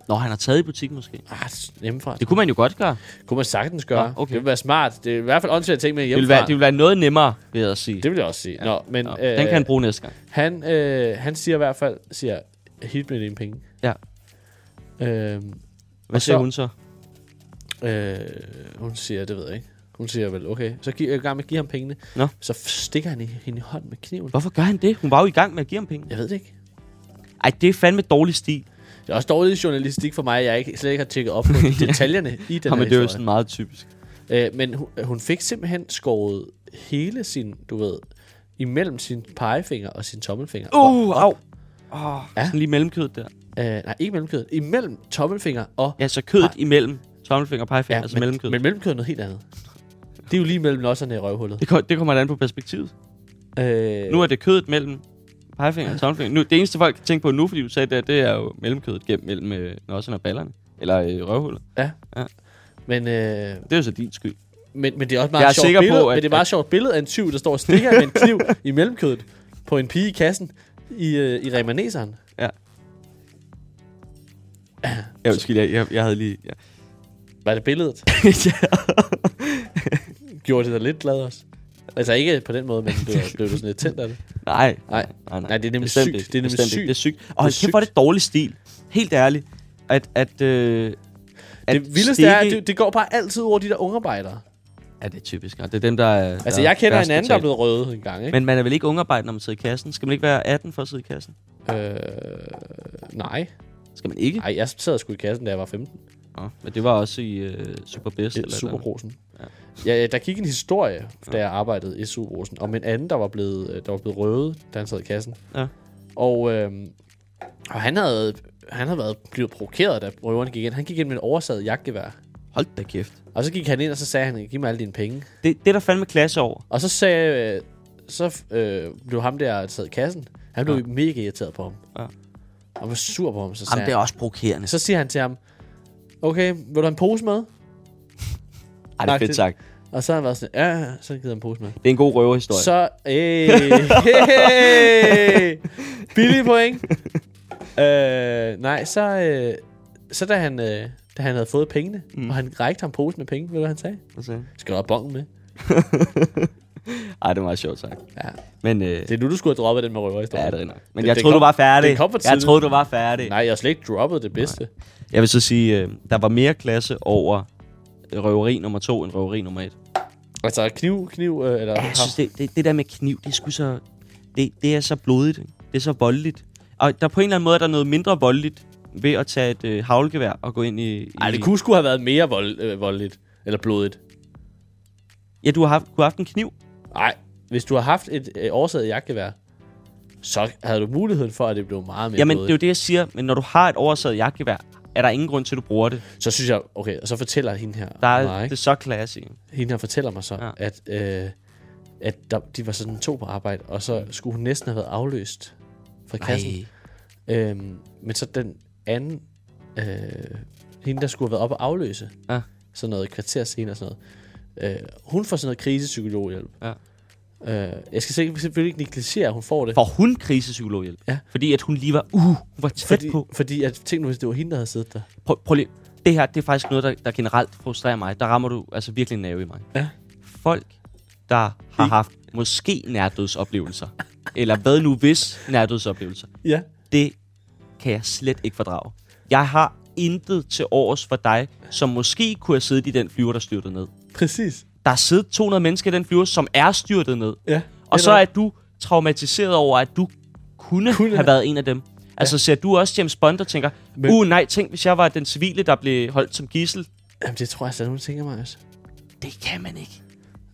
Nå, han har taget i butik måske. Ah, hjemmefra. Det kunne man jo godt gøre. Det kunne man sagtens gøre. Nå, okay. Det ville være smart. Det er i hvert fald åndssvagt ting med Det hjemmefra. ville, være, det ville være noget nemmere, vil jeg sige. Det vil jeg også sige. Ja. Nå, men Nå, øh, den kan han bruge næste gang. han, øh, han siger i hvert fald, siger, hit med dine penge. Ja. Øh, Hvad og siger så- hun så? øh, hun siger, det ved jeg ikke. Hun siger vel, okay. Så giver jeg i gang med at give ham pengene. Nå. Så f- stikker han i, hende i hånden med kniven. Hvorfor gør han det? Hun var jo i gang med at give ham penge. Jeg ved det ikke. Ej, det er fandme dårlig stil. Det er også dårlig journalistik for mig, at jeg ikke, slet ikke har tjekket (laughs) op på detaljerne i den Jamen, her det er jo historie. sådan meget typisk. Øh, men hun, hun fik simpelthen skåret hele sin, du ved, imellem sin pegefinger og sin tommelfinger. Uh, au. Oh, ja. Sådan lige mellemkødet der. Øh, nej, ikke mellemkødet. Imellem tommelfinger og... Ja, så kødet imellem tommelfinger og pegefinger, ja, altså men, mellemkødet. Men mellemkødet er noget helt andet. Det er jo lige mellem nosserne i røvhullet. Det, kom, det kommer an på perspektivet. Øh, Nu er det kødet mellem pegefinger og tommelfinger. Nu, det eneste folk kan tænke på nu, fordi du sagde det, det er jo mellemkødet gennem mellem øh, nosserne og ballerne. Eller øh, røvhullet. men, øh, Det er jo så din skyld. men, men det er også meget Jeg er sjovt sikker på, billede. at- men det er meget at- sjovt billede af en tyv, der står og stikker med en kniv i mellemkødet på en pige i kassen i, øh, i remaneseren. Ja, undskyld, jeg, jeg, jeg havde lige... (laughs) Ja. Var det billedet? ja. Gjorde det dig lidt glad også? Altså ikke på den måde, men blev, blev du sådan lidt tændt af det? Nej. Nej. Nej, nej. Nej, det er nemlig Bestemt sygt. ikke. Det er nemlig Bestemt ikke. sygt. Det er sygt. Og er hold kæft, hvor er det dårlig stil. Helt ærligt. At, at, øh, at Det vildeste er, at stikke- det, det går bare altid over de der ungarbejdere. Ja, det er typisk. Og det er dem, der er... Altså, der er jeg kender værst en anden, der er betalt. blevet røget en gang, ikke? Men man er vel ikke ungarbejder, når man sidder i kassen? Skal man ikke være 18 for at sidde i kassen? Men, øh, nej. Skal man ikke? Ej, jeg sad sgu i kassen, da jeg var 15. Nå, men det var også i øh, Superbest. Eller Eller Superbrosen. Ja. ja, der gik en historie, da jeg arbejdede i Superbrosen, om en anden, der var blevet, øh, der var blevet røvet, da han sad i kassen. Ja. Og, øh, og han havde, han havde været blevet provokeret, da røveren gik ind. Han gik ind med en oversaget jagtgevær. Hold da kæft. Og så gik han ind, og så sagde han, giv mig alle dine penge. Det, det er der fandme klasse over. Og så sagde... Øh, så øh, blev ham der, der sad i kassen, han blev ja. mega irriteret på ham. Ja. Og var sur på ham, så sagde Jamen, det er han. også provokerende. Så siger han til ham, okay, vil du have en pose med? Ej, det er Tak, fedt det- sagt. Og så har han været sådan, ja, ja, så gider han en pose med. Det er en god røverhistorie. Så... Så, øh, hey, (laughs) billig point. øh, nej, så, øh, så da han, øh, da han havde fået pengene, mm. og han rækte ham posen med penge, ved du, hvad han sagde? Skal du have bongen med? Ej, det er meget sjovt sagt. Ja. Men, øh, det... Det er nu, du skulle have droppet den med Ja, røverhistorien. det er rigtig nok. Men Det- jeg det troede, kom- du var færdig. det kom for Jeg tidligt. troede, du var færdig. Nej, jeg har slet ikke droppet det bedste. Nej. Jeg vil så sige, øh, der var mere klasse over røveri nummer to end røveri nummer et. Altså kniv, kniv, øh, eller... Ja, jeg synes, det, det, det der med kniv, det er sgu så... Det, det er så blodigt. ikke? Det er så voldeligt. Og der på en eller anden måde er der noget mindre voldeligt ved at tage et øh, havlgevær og gå ind i... Ej, i det kunne sgu have været mere vold, øh, voldeligt. Eller blodigt. Ja, du har haft, kunne have haft en kniv. Nej, hvis du har haft et øh, oversaget jagtgevær, så havde du muligheden for, at det blev meget mere Jamen, det er jo blodigt. det, jeg siger. Men når du har et oversaget jagtgevær, er der ingen grund til, at du bruger det. Så synes jeg, okay, og så fortæller hende her, Der er, mig, det er ikke? så classy. hende her fortæller mig så, Ja. ja. at, øh, at der, de var sådan to på arbejde, og så skulle hun næsten have været afløst fra kassen. Mm. Ej. Øhm, men så den anden, øh, hende der skulle have været op og afløse, Ja. sådan noget et kvarter senere og sådan noget, øh, hun får sådan noget krisepsykologhjælp. Ja. Øh, jeg skal selv- selvfølgelig ikke negligere, at hun får det. Får hun krisepsykologhjælp? Ja. Fordi at hun lige var... Uh, hun var tæt fordi, på. fordi at, tænk nu, hvis det var hende, der havde siddet der. Prøv, prøv lige. Det her, det er faktisk noget, der, der generelt frustrerer mig. Der rammer du altså virkelig en nerve i mig. Ja. Folk, der har haft måske nærdødsoplevelser, eller hvad nu hvis nærdødsoplevelser, Ja. det kan jeg slet ikke fordrage. Jeg har intet til overs for dig, som måske kunne have siddet i den flyver, der styrtede ned. Præcis. Der er siddet 200 mennesker i den flyver, som er styrtet ned. Ja. Og Det så er er du traumatiseret over, at du kunne, kunne have været en af dem. Altså ser du også James Bond og tænker, Men- uh nej, tænk hvis jeg var den civile, der blev holdt som gissel. Jamen, det tror jeg slet, hun tænker mig også. Det kan man ikke.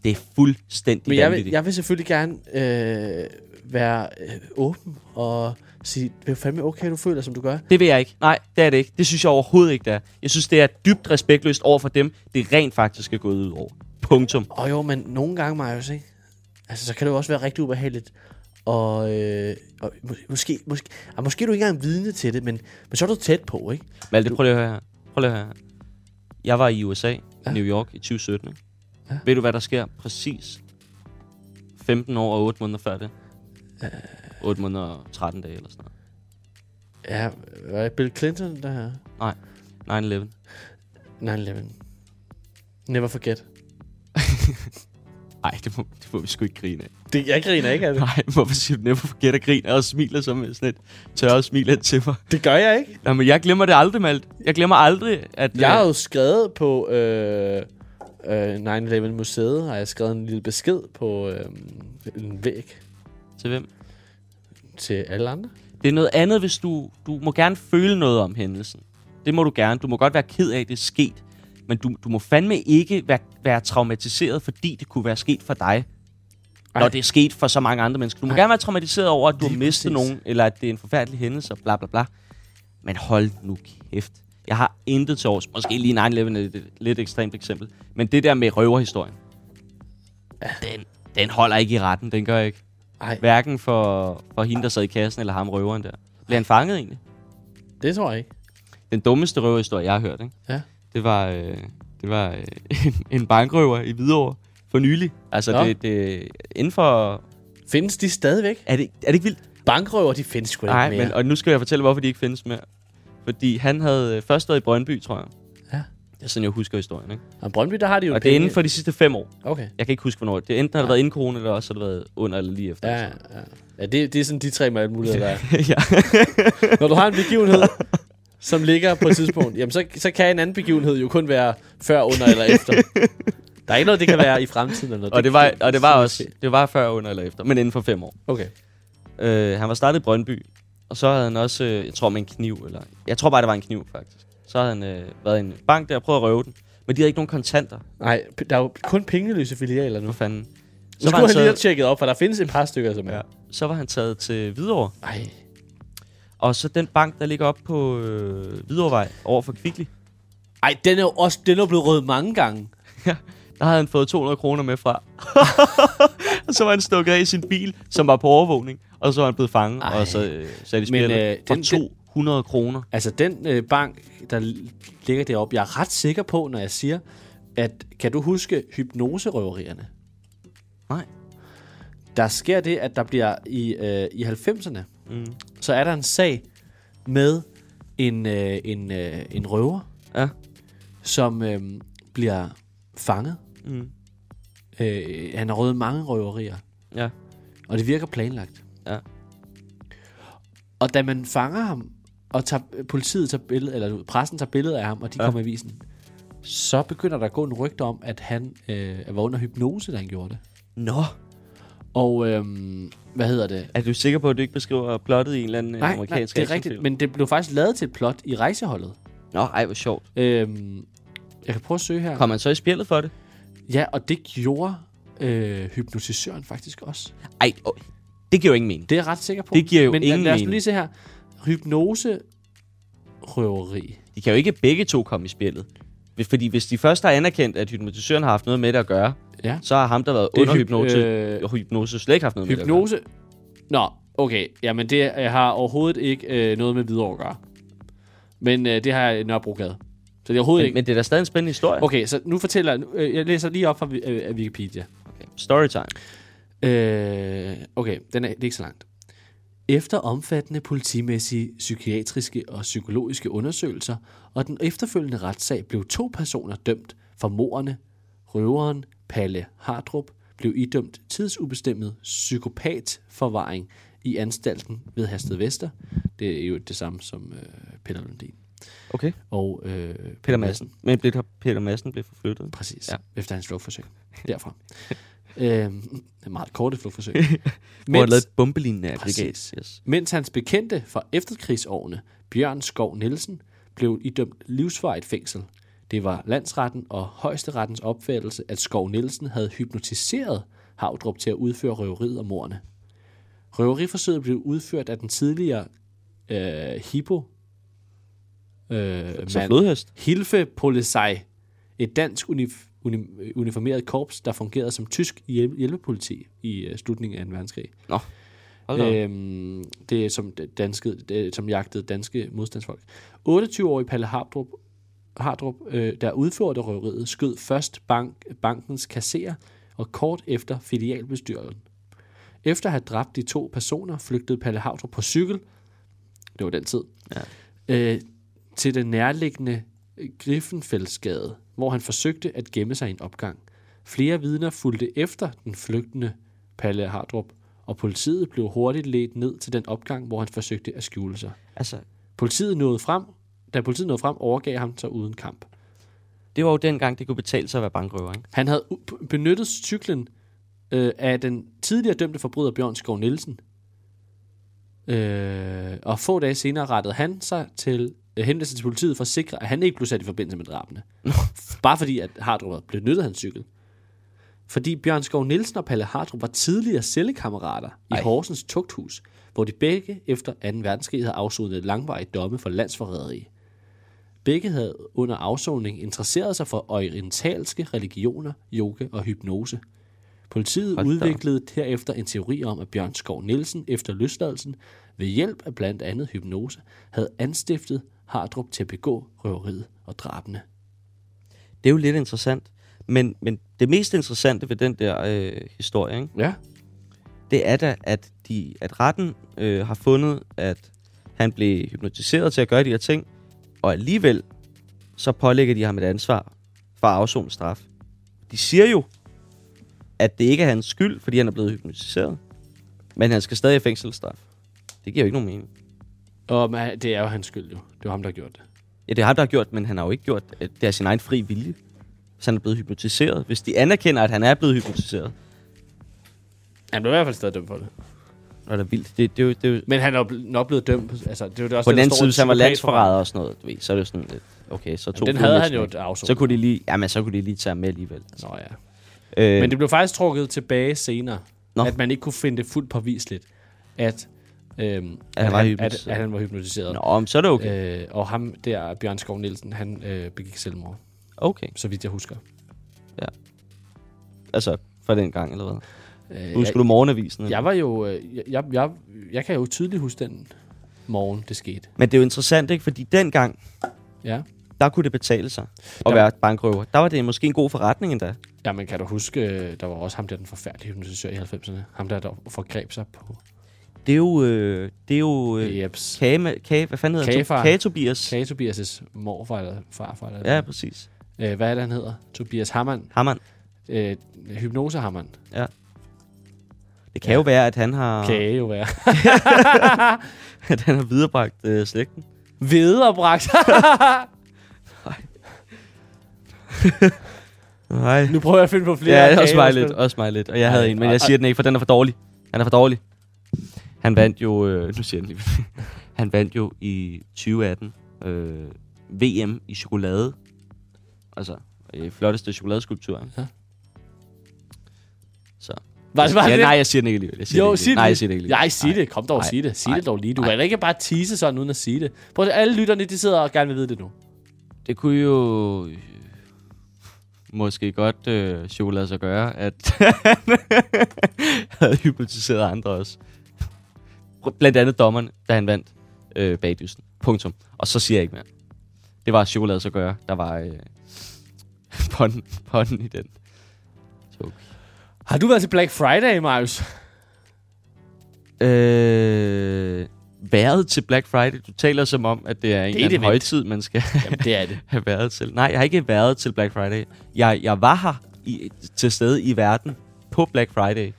Det er fuldstændig Men jeg vil, vanvittigt. jeg vil selvfølgelig gerne øh, være øh, åben og sige, det er fandme okay, du føler, som du gør. Det vil jeg ikke. Nej, det er det ikke. Det synes jeg overhovedet ikke, det er. Jeg synes, det er dybt respektløst over for dem, det rent faktisk er gået ud over. Punktum. Og jo, men nogle gange, Marius, ikke? Altså, så kan det jo også være rigtig ubehageligt. Og, øh, og må, måske, måske, ah, måske er du ikke engang vidne til det, men, men så er du tæt på, ikke? Malte, prøv lige at høre her. Prøv lige at høre her. Jeg var i USA, ja. New York, i 2017. ikke? Ja. Ved du, hvad der sker præcis 15 år og 8 måneder før det? Øh. 8 måneder og 13 dage eller sådan Ja, var det Bill Clinton, der her? noget. 9-11. 9-11. Never forget. Ej, det må, det må vi sgu ikke grine af. Det, jeg griner ikke af det. Nej, hvorfor siger du never forget at grine af og smiler som sådan et tørre smil af til mig? (laughs) Det gør jeg ikke. Nej, men jeg glemmer det aldrig, Malte. Jeg glemmer aldrig, at... Jeg har øh, jo skrevet på øh, øh, 9-11 museet, har jeg skrevet en lille besked på øh, en væg Til hvem? til alle andre. Det er noget andet, hvis du... Du må gerne føle noget om hændelsen. Det må du gerne. Du må godt være ked af, at det er sket. Men du, du må fandme ikke være, være traumatiseret, fordi det kunne være sket for dig. Når det er sket for så mange andre mennesker. Du må Ej. gerne være traumatiseret over, at du har mistet præcis. nogen, eller at det er en forfærdelig hændelse, og bla bla bla. Men hold nu kæft. Jeg har intet til års. Måske lige 9-11 er et et lidt ekstremt eksempel. Men det der med røverhistorien, den, den holder ikke i retten. Den gør ikke. Ej. Hverken for, for hende, der sad i kassen, eller ham røveren der. Bliver han fanget egentlig? Det tror jeg ikke. Den dummeste røverhistorie, jeg har hørt, ikke? Ja. det var, øh, det var øh, (laughs) en, en bankrøver i Hvidovre for nylig. Altså, Nå. det, det, inden for... Findes de stadigvæk? Er det, er det ikke vildt? Bankrøver, de findes sgu da Nej, ikke mere. men, og nu skal jeg fortælle, hvorfor de ikke findes mere. Fordi han havde øh, først været i Brøndby, tror jeg. Ja. Det er sådan, jeg husker historien, ikke? Og Brøndby, der har de jo Og det er penge. inden for de sidste fem år. Okay. Jeg kan ikke huske, hvornår. Det er enten har det været inden corona, eller også har det været under eller lige efter. Ja, ja. ja. ja det, det er sådan de tre muligheder, der er. (laughs) ja. Når du har en begivenhed, som ligger på et tidspunkt, jamen så, så kan en anden begivenhed jo kun være før, under eller efter. Der er ikke noget, det kan være i fremtiden. Eller noget. og, det var, og det var også det var før, under eller efter, men inden for fem år. Okay. Øh, han var startet i Brøndby, og så havde han også, øh, jeg tror med en kniv, eller jeg tror bare, det var en kniv faktisk. Så havde han øh, været i en bank der og prøvet at røve den, men de havde ikke nogen kontanter. Nej, p- der er jo kun pengeløse filialer nu. Hvor fanden? Så Så skulle var, han han lige have taget, tjekket op, for der findes et par stykker, som er. Ja. så var han taget til Hvidovre, Ej, og så den bank, der ligger op på øh, Hvidovrevej over for Kvickly, Ej den er jo også den er jo blevet rød mange gange. der havde han fået 200 kroner med fra. (laughs) og så var han stukket af i sin bil, som var på overvågning, og så var han blevet fanget, Ej. og så øh, satte i Men, spil øh, øh, for den- 200 kroner. Altså den øh, bank, der l- ligger deroppe, jeg er ret sikker på, når jeg siger, at kan du huske hypnoserøverierne? Nej. Der sker det, at der bliver i, øh, i 90'erne, Mm. så er der en sag med en, øh, en, øh, en røver, Ja. som øh, bliver fanget. Mm. Øh, han har røvet mange røverier, Ja. og det virker planlagt. Ja. Og da man fanger ham, og tager, øh, politiet tager billede, eller pressen tager billede af ham, og de ja. kommer i avisen, så begynder der at gå en rygte om, at han øh, var under hypnose, da han gjorde det. Nå. Og øh, hvad hedder det? Er du sikker på, at du ikke beskriver plottet i en eller anden øh, Nej, nej, amerikansk det er rigtigt, men det blev faktisk lavet til et plot i rejseholdet. Nå, ej, hvor sjovt. Øhm, jeg kan prøve at søge her. Kom han så i spillet for det? Ja, og det gjorde øh, hypnotisøren faktisk også. Ej, åh, det giver jo ingen mening. Det er jeg ret sikker på. Det giver jo Men ingen lad os nu mening. lige se her. Hypnose røveri. De kan jo ikke begge to komme i spillet. Hvis- Fordi hvis de først har anerkendt, at hypnotisøren har haft noget med det at gøre, Ja. så har ham, der været er under hyp- hypnose, øh, øh, hypnose slet ikke haft noget med det Hypnose. Nå, okay. Jamen, det øh, har overhovedet ikke øh, noget med videre at gøre. Men øh, det har jeg i Nørrebrogade. Så det er overhovedet men, at gøre. ikke... Men, Men det er da stadig en spændende historie. okay, så nu fortæller... nu, Øh, jeg læser lige op fra Vi- øh, af Wikipedia. Okay. Storytime. Øh, okay, den er, det er ikke så langt. Efter omfattende politimæssige, psykiatriske og psykologiske undersøgelser og den efterfølgende retssag blev to personer dømt for morderne. Røveren Palle Hardrup blev idømt tidsubestemmet psykopatforvaring i anstalten ved Hasted Vester. Det er jo det samme som øh, Peter Lundin Okay. og øh, Peter Madsen. Men Peter, Peter Madsen blev forflyttet. Præcis. Ja. Ja. Efter hans flugtforsøg. Derfra. (laughs) øhm, det er meget korte flugtforsøg. (laughs) Hvor han Mens- lavede et bombelignende Præcis. aggregat. Yes. Mens hans bekendte fra efterkrigsårene, Bjørn Skov Nielsen, blev idømt livsvarigt fængsel. Det var landsretten og højesterettens opfattelse, at Skov Nielsen havde hypnotiseret Havdrup til at udføre røveriet og morderne. Røveriforsøget blev udført af den tidligere øh, hippo øh, Så mand, flodhest. Hilfe Polizei, et dansk unif- uni- uniformeret korps, der fungerede som tysk hjælp- hjælpepoliti i øh, slutningen af 2. verdenskrig. Nå. Hold da. op. Øhm, det er som, det- danske, det, som jagtede danske modstandsfolk. 28-årig Palle Hardrup, Hardrup øh, der udførte røveriet, skød først bank, bankens kasserer og kort efter filialbestyrelsen. Efter at have dræbt de to personer, flygtede Palle Hardrup på cykel, det var den tid, ja. øh, til den nærliggende Griffenfeldsgade, hvor han forsøgte at gemme sig i en opgang. Flere vidner fulgte efter den flygtende Palle Hardrup, og politiet blev hurtigt ledt ned til den opgang, hvor han forsøgte at skjule sig. Altså, Politiet nåede frem, da politiet nåede frem, overgav ham sig uden kamp. det var jo dengang, det kunne betale sig at være bankrøver, ikke? Han havde u- benyttet cyklen øh, af den tidligere dømte forbryder Bjørn Skov Nielsen. Øh, og få dage senere rettede han sig til øh, henvendte sig til politiet for at sikre, at han ikke blev sat i forbindelse med drabene. Bare fordi, at Hardrup havde benyttet hans cykel. fordi Bjørn Skov Nielsen og Palle Hardrup var tidligere cellekammerater i Ej. Horsens Tugthus, hvor de begge efter 2. verdenskrig havde afsonet langvarige domme for landsforræderi. Begge havde under afsoning interesseret sig for orientalske religioner, yoga og hypnose. Politiet Hold da op. udviklede derefter en teori om, at Bjørn Skov Nielsen efter løsladelsen ved hjælp af blandt andet hypnose havde anstiftet Hardrup til at begå røveriet og drabene. Det er jo lidt interessant. Men, men det mest interessante ved den der øh, historie, ikke? Ja. det er da, at, de, at retten øh, har fundet, at han blev hypnotiseret til at gøre de her ting, og alligevel så pålægger de ham et ansvar for at afzone straf. De siger jo, at det ikke er hans skyld, fordi han er blevet hypnotiseret, men han skal stadig i fængselsstraf. Det giver jo ikke nogen mening. Og men det er jo hans skyld jo. Det var ham, der gjorde det. Ja, det har der har gjort, men han har jo ikke gjort det. Det er sin egen fri vilje, hvis han er blevet hypnotiseret. Hvis de anerkender, at han er blevet hypnotiseret, Han blev i hvert fald stadig dømt for det. og det er vildt. Det, det, er jo- det, er jo- Men han er bl- nok blevet dømt. Altså, det var det også på det, den der anden står side, i hvis han var psykopatforret. landsforræder og sådan noget, du ved, så er det jo sådan lidt, okay, så to Den havde han udvisninger. jo et afsone. Så kunne de lige, jamen, så kunne de lige tage ham med alligevel. Altså. Nå ja. Øh, Men det blev faktisk trukket tilbage senere, Nå. Nå. at man ikke kunne finde det fuldt påviseligt, at, øhm, at, han var han, at, hypnotiseret. at han var hypnotiseret. Nå, men så er det okay. Øh, og ham der, Bjørn Skov Nielsen, han øh, begik selvmord, Okay, så vidt jeg husker. altså for den gang eller hvad. Øh, Husker du morgenavisen? jeg, eller? jeg var jo... Øh, jeg, jeg, jeg, jeg kan jo tydeligt huske den morgen, det skete. Men det er jo interessant, ikke? Fordi dengang, Ja. der kunne det betale sig at Der- være bankrøver. Der var det måske en god forretning endda. Ja, man kan du huske, øh, der var også ham der, den forfærdelige hypnotisør i 90'erne. Ham der, der forgreb sig på Det er jo, øh, det er jo øh, Jeps. kage, kage, hvad fanden hedder Kagefaren. han? Kage Tobias. Kage Tobias' morfar eller farfar. Eller Ja, præcis. Øh, hvad er det, han hedder? Tobias Hammann. Hammann. Øh, hypnose Hammann. Det kan ja. jo være, at han har, Kage jo være. (laughs) at han har viderebragt øh, slægten. Viderebragt. Nej. (laughs) nu prøver jeg at finde på flere. Ja, det er også kage- mig lidt, også mig lidt. Og jeg havde en, men og- jeg siger den ikke, for den er for dårlig. Han er for dårlig. Han vandt jo, øh, nu siger jeg den lige. (laughs) han vandt jo i 2018 øh, VM i chokolade. Altså, øh, flotteste chokoladeskulptur. ikke? Ja. Så. Var det bare ja, det? nej, jeg siger den ikke alligevel. Jeg siger den Jo, ikke sig det. alligevel. Nej, jeg siger den ikke alligevel. Nej, sig det. Kom dog, Nej. sig det. Sig Nej. det dog lige. Du Nej. kan da ikke bare tease sådan, uden at sige det. Prøv at alle lytterne, de sidder og gerne vil vide det nu. Det kunne jo øh, måske godt øh, chokolade så gøre, at (laughs) han havde hypnotiseret andre også. Blandt andet dommeren, da han vandt øh, bagdysten. Punktum. Og så siger jeg ikke mere. Det var chokolade så gøre. Der var øh, (laughs) ponden, ponden i den. Joke. Har du været til Black Friday, Marius? Øh, været til Black Friday. Du taler som om, at det er en et eller anden event. højtid, man skal Jamen, det er det. have været til. Nej, jeg har ikke været til Black Friday. Jeg, jeg var her i, til stede i verden på Black Friday,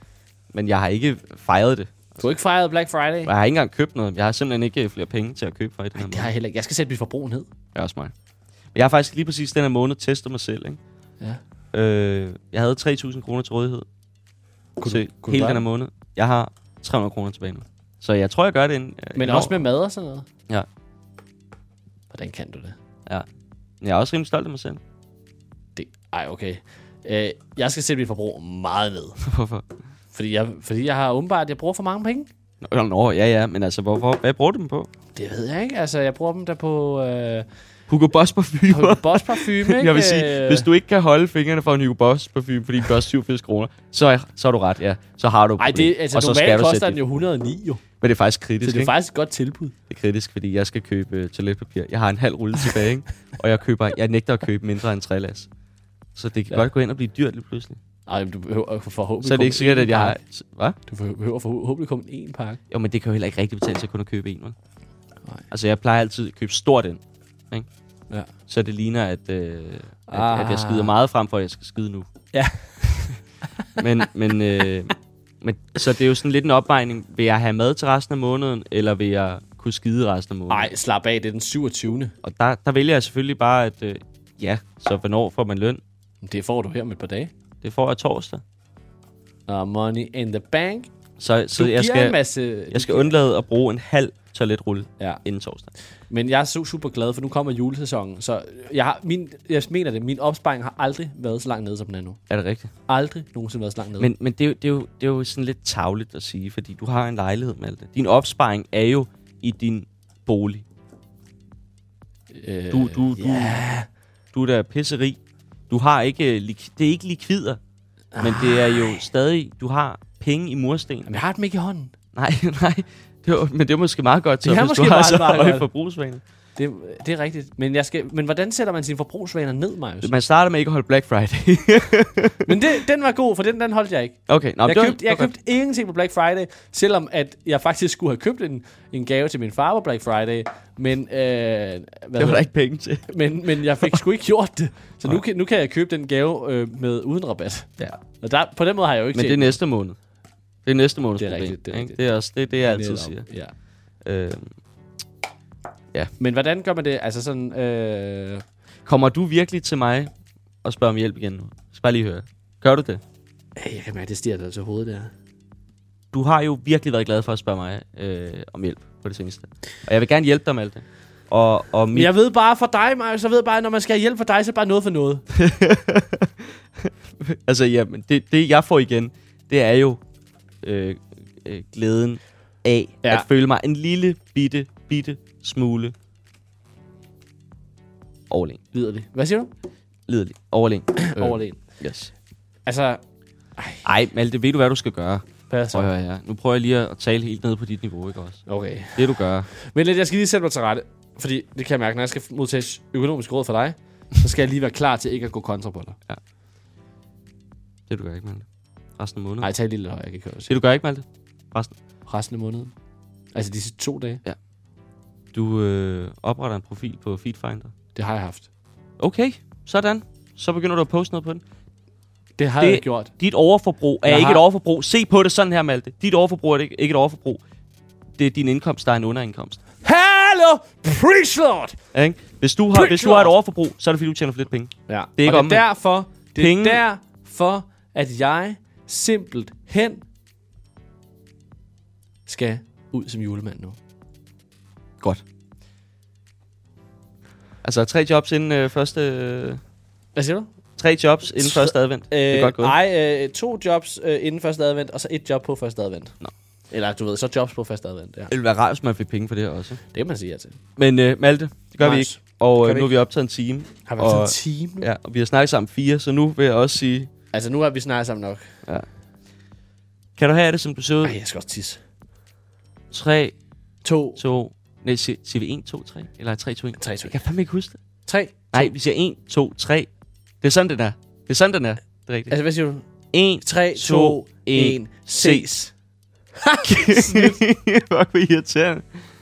men jeg har ikke fejret det. Du har ikke fejret Black Friday? Og Jeg har ikke engang købt noget. Jeg har simpelthen ikke flere penge til at købe for i den her Det har måned. jeg heller ikke. Jeg skal sætte mit forbrug ned. Det er også mig. Men jeg har faktisk lige præcis den her måned testet mig selv. Ikke? Ja. Øh, jeg havde 3.000 kroner til rådighed Kunne til du- kunne du hele gøre den her det? måned. Jeg har 300 kroner tilbage nu. Så jeg tror, jeg gør det inden. Men også med mad og sådan noget? Ja. Hvordan kan du det? Jeg er også rimelig stolt af mig selv. (laughs) det ej, okay. Øh, jeg skal sætte mit forbrug meget ned. Hvorfor? Fordi jeg, fordi jeg har åbenbart, at jeg bruger for mange penge. Nå, nå, ja, ja, men altså, hvorfor? Hvad bruger du dem på? Det ved jeg ikke. Altså, jeg bruger dem der på, øh, Hugo Boss (laughs) parfume. på Boss parfume, ikke? Jeg vil sige, Øh, hvis du ikke kan holde fingrene fra en Hugo Boss parfume, fordi den koster 87 kroner, så, er, så har du ret, ja. Så har du et Ej, problem. det, altså, og så normalt koster sætte den jo 109, jo. dit- Men det er faktisk Så kritisk, det er ikke? faktisk et godt tilbud. Det er kritisk, fordi jeg skal købe øh, toiletpapir. Jeg har en halv rulle tilbage, ikke? Og jeg, køber, jeg nægter at købe mindre end tre las. Så det kan ja. godt gå ind og blive dyrt lige pludselig. Ej, men du behøver forhåbentlig... Så er det ikke sikkert, at jeg har... Hvad? Du behøver forhåbentlig komme en pakke. Jo, men det kan jo heller ikke rigtig betale sig kun at købe en, vel? Nej. Altså, jeg plejer altid at købe stort ind, ikke? Ja. Så det ligner, at, øh, at, Ah. at jeg skider meget frem for, at jeg skal skide nu. Ja. (laughs) men, men, øh, men, så det er jo sådan lidt en opvejning. Vil jeg have mad til resten af måneden, eller vil jeg kunne skide resten af måneden? Nej, slap af, det er den 27. Og der, der vælger jeg selvfølgelig bare, at øh, ja, så hvornår får man løn? Det får du her om et par dage. Det får jeg torsdag. Og money in the bank. Så, Du så jeg giver jeg skal... en skal, masse... jeg skal undlade at bruge en halv toiletrulle Ja. inden torsdag. Men jeg er så super glad, for nu kommer julesæsonen. Så jeg, har, min, jeg mener det, min opsparing har aldrig været så langt nede, som den er nu. Er det rigtigt? Aldrig nogensinde været så langt nede. Men, men det, er jo, det, er jo, det er jo sådan lidt tavligt at sige, fordi du har en lejlighed med alt det. Din opsparing er jo i din bolig. øh, Du, du, du, du er da pisseri. Du har ikke, øh, lik- det er ikke likvider, men det er jo stadig, du har penge i mursten. Jamen, jeg har dem ikke i hånden. Nej, (laughs) nej. Det var, men det er måske meget godt, så, Det er hvis måske du har meget, så meget høje godt. forbrugsvaner. Det, det er rigtigt. Men, jeg skal, men hvordan sætter man sine forbrugsvaner ned, Marius? Man starter med ikke at holde Black Friday. (laughs) men det, den var god, for den, den holdt jeg ikke. okay, nå, men Jeg det var- købte, jeg okay. købte ingenting på Black Friday, selvom at jeg faktisk skulle have købt en, en gave til min far på Black Friday, men, øh, hvad det var hedder- der ikke penge til. men, men jeg fik sgu (laughs) ikke gjort det. Så nu kan, nu kan jeg købe den gave øh, med uden rabat. Ja. Og der, på den måde har jeg jo ikke Men det er tjent- næste måned. Det er næste måned. Det er rigtigt, det er rigtigt. Det er også det, er det jeg altid Netop, siger. Ja. Øhm, Men hvordan gør man det? Altså sådan... Øh, kommer du virkelig til mig og spørger om hjælp igen nu? Jeg skal bare lige høre. Gør du det? øh, jeg kan mærke, det stiger dig til hovedet der. Du har jo virkelig været glad for at spørge mig øh, om hjælp på det seneste. Og jeg vil gerne hjælpe dig med alt det. Og, og mit, Men jeg ved bare for dig, Marius, jeg ved bare, at når man skal have hjælp for dig, så er det bare noget for noget. altså, ja, men det, det, jeg får igen, det er jo øh, øh, glæden af ja. Ja. at føle mig en lille bitte, bitte smule overlegen. Lyder det. Hvad siger du? Lidelig. Overlegen. Øh. Overlægen. Yes. Altså, Ej, Malte, ved du, hvad du skal gøre? pas. Prøv at høre her. Nu prøver jeg lige at tale helt ned på dit niveau, ikke også? Okay. Det, du gør. Men lidt, jeg skal lige sætte mig til rette, fordi det kan jeg mærke, når jeg skal modtage økonomisk råd fra dig, så skal jeg lige være klar til ikke at gå kontra på dig. Det, du gør ikke, Malte. Resten af måneden. Nej, tag lige lidt højere, jeg kan ikke høre det. Det, du gør ikke, Malte. Resten af måneden. Altså disse to dage, Du øh, opretter en profil på Feedfinder. det har jeg haft. Okay, sådan. Så begynder du at poste noget på den. Det har Det- det... jeg gjort. Dit overforbrug er Jeg ikke har- et overforbrug. Se på det sådan her, Malte. Dit overforbrug er ikke ikke et overforbrug. Det er din indkomst, der er en underindkomst. Hallo, preach lord! Ikke? Hvis du har, Pretty hvis du har et klart. overforbrug, så er det fordi, du tjener for lidt penge. Ja. Det er ikke og det er omvendt. derfor, det Penge- er derfor, at jeg simpelthen skal ud som julemand nu. Godt. Altså, tre jobs inden øh, første... Øh, Hvad siger du? tre jobs inden Tre- første advent. det er godt gået. Nej, øh, to jobs øh, inden første advent, og så et job på første advent. Nå. Eller du ved, så jobs på første advent, ja. Det ville være rart, hvis man fik penge for det her også. Det kan man sige, altså. Men øh, Malte, det gør nice. vi Nice. ikke. Og Gør øh, vi nu er vi optaget en time. Har vi Og- haft en time nu? Ja, og vi har snakket sammen fire, så nu vil jeg også sige... Altså, nu har vi snakket sammen nok. Kan du have det, som du ser ud? Ej, jeg skal også tisse. 3, To. 2... Nej, si- siger vi 1, 2, 3? Eller 3, 2, 1? Tre, to, Jeg en. kan fandme ikke huske det. Tre. Nej, vi siger 1, 2, 3. Det er sådan, den er. Det er sådan, den er. Det er rigtigt. Altså, hvad siger du? (laughs) 1, Tre, to, en, ses. (laughs) Fuck, hvor irriterende.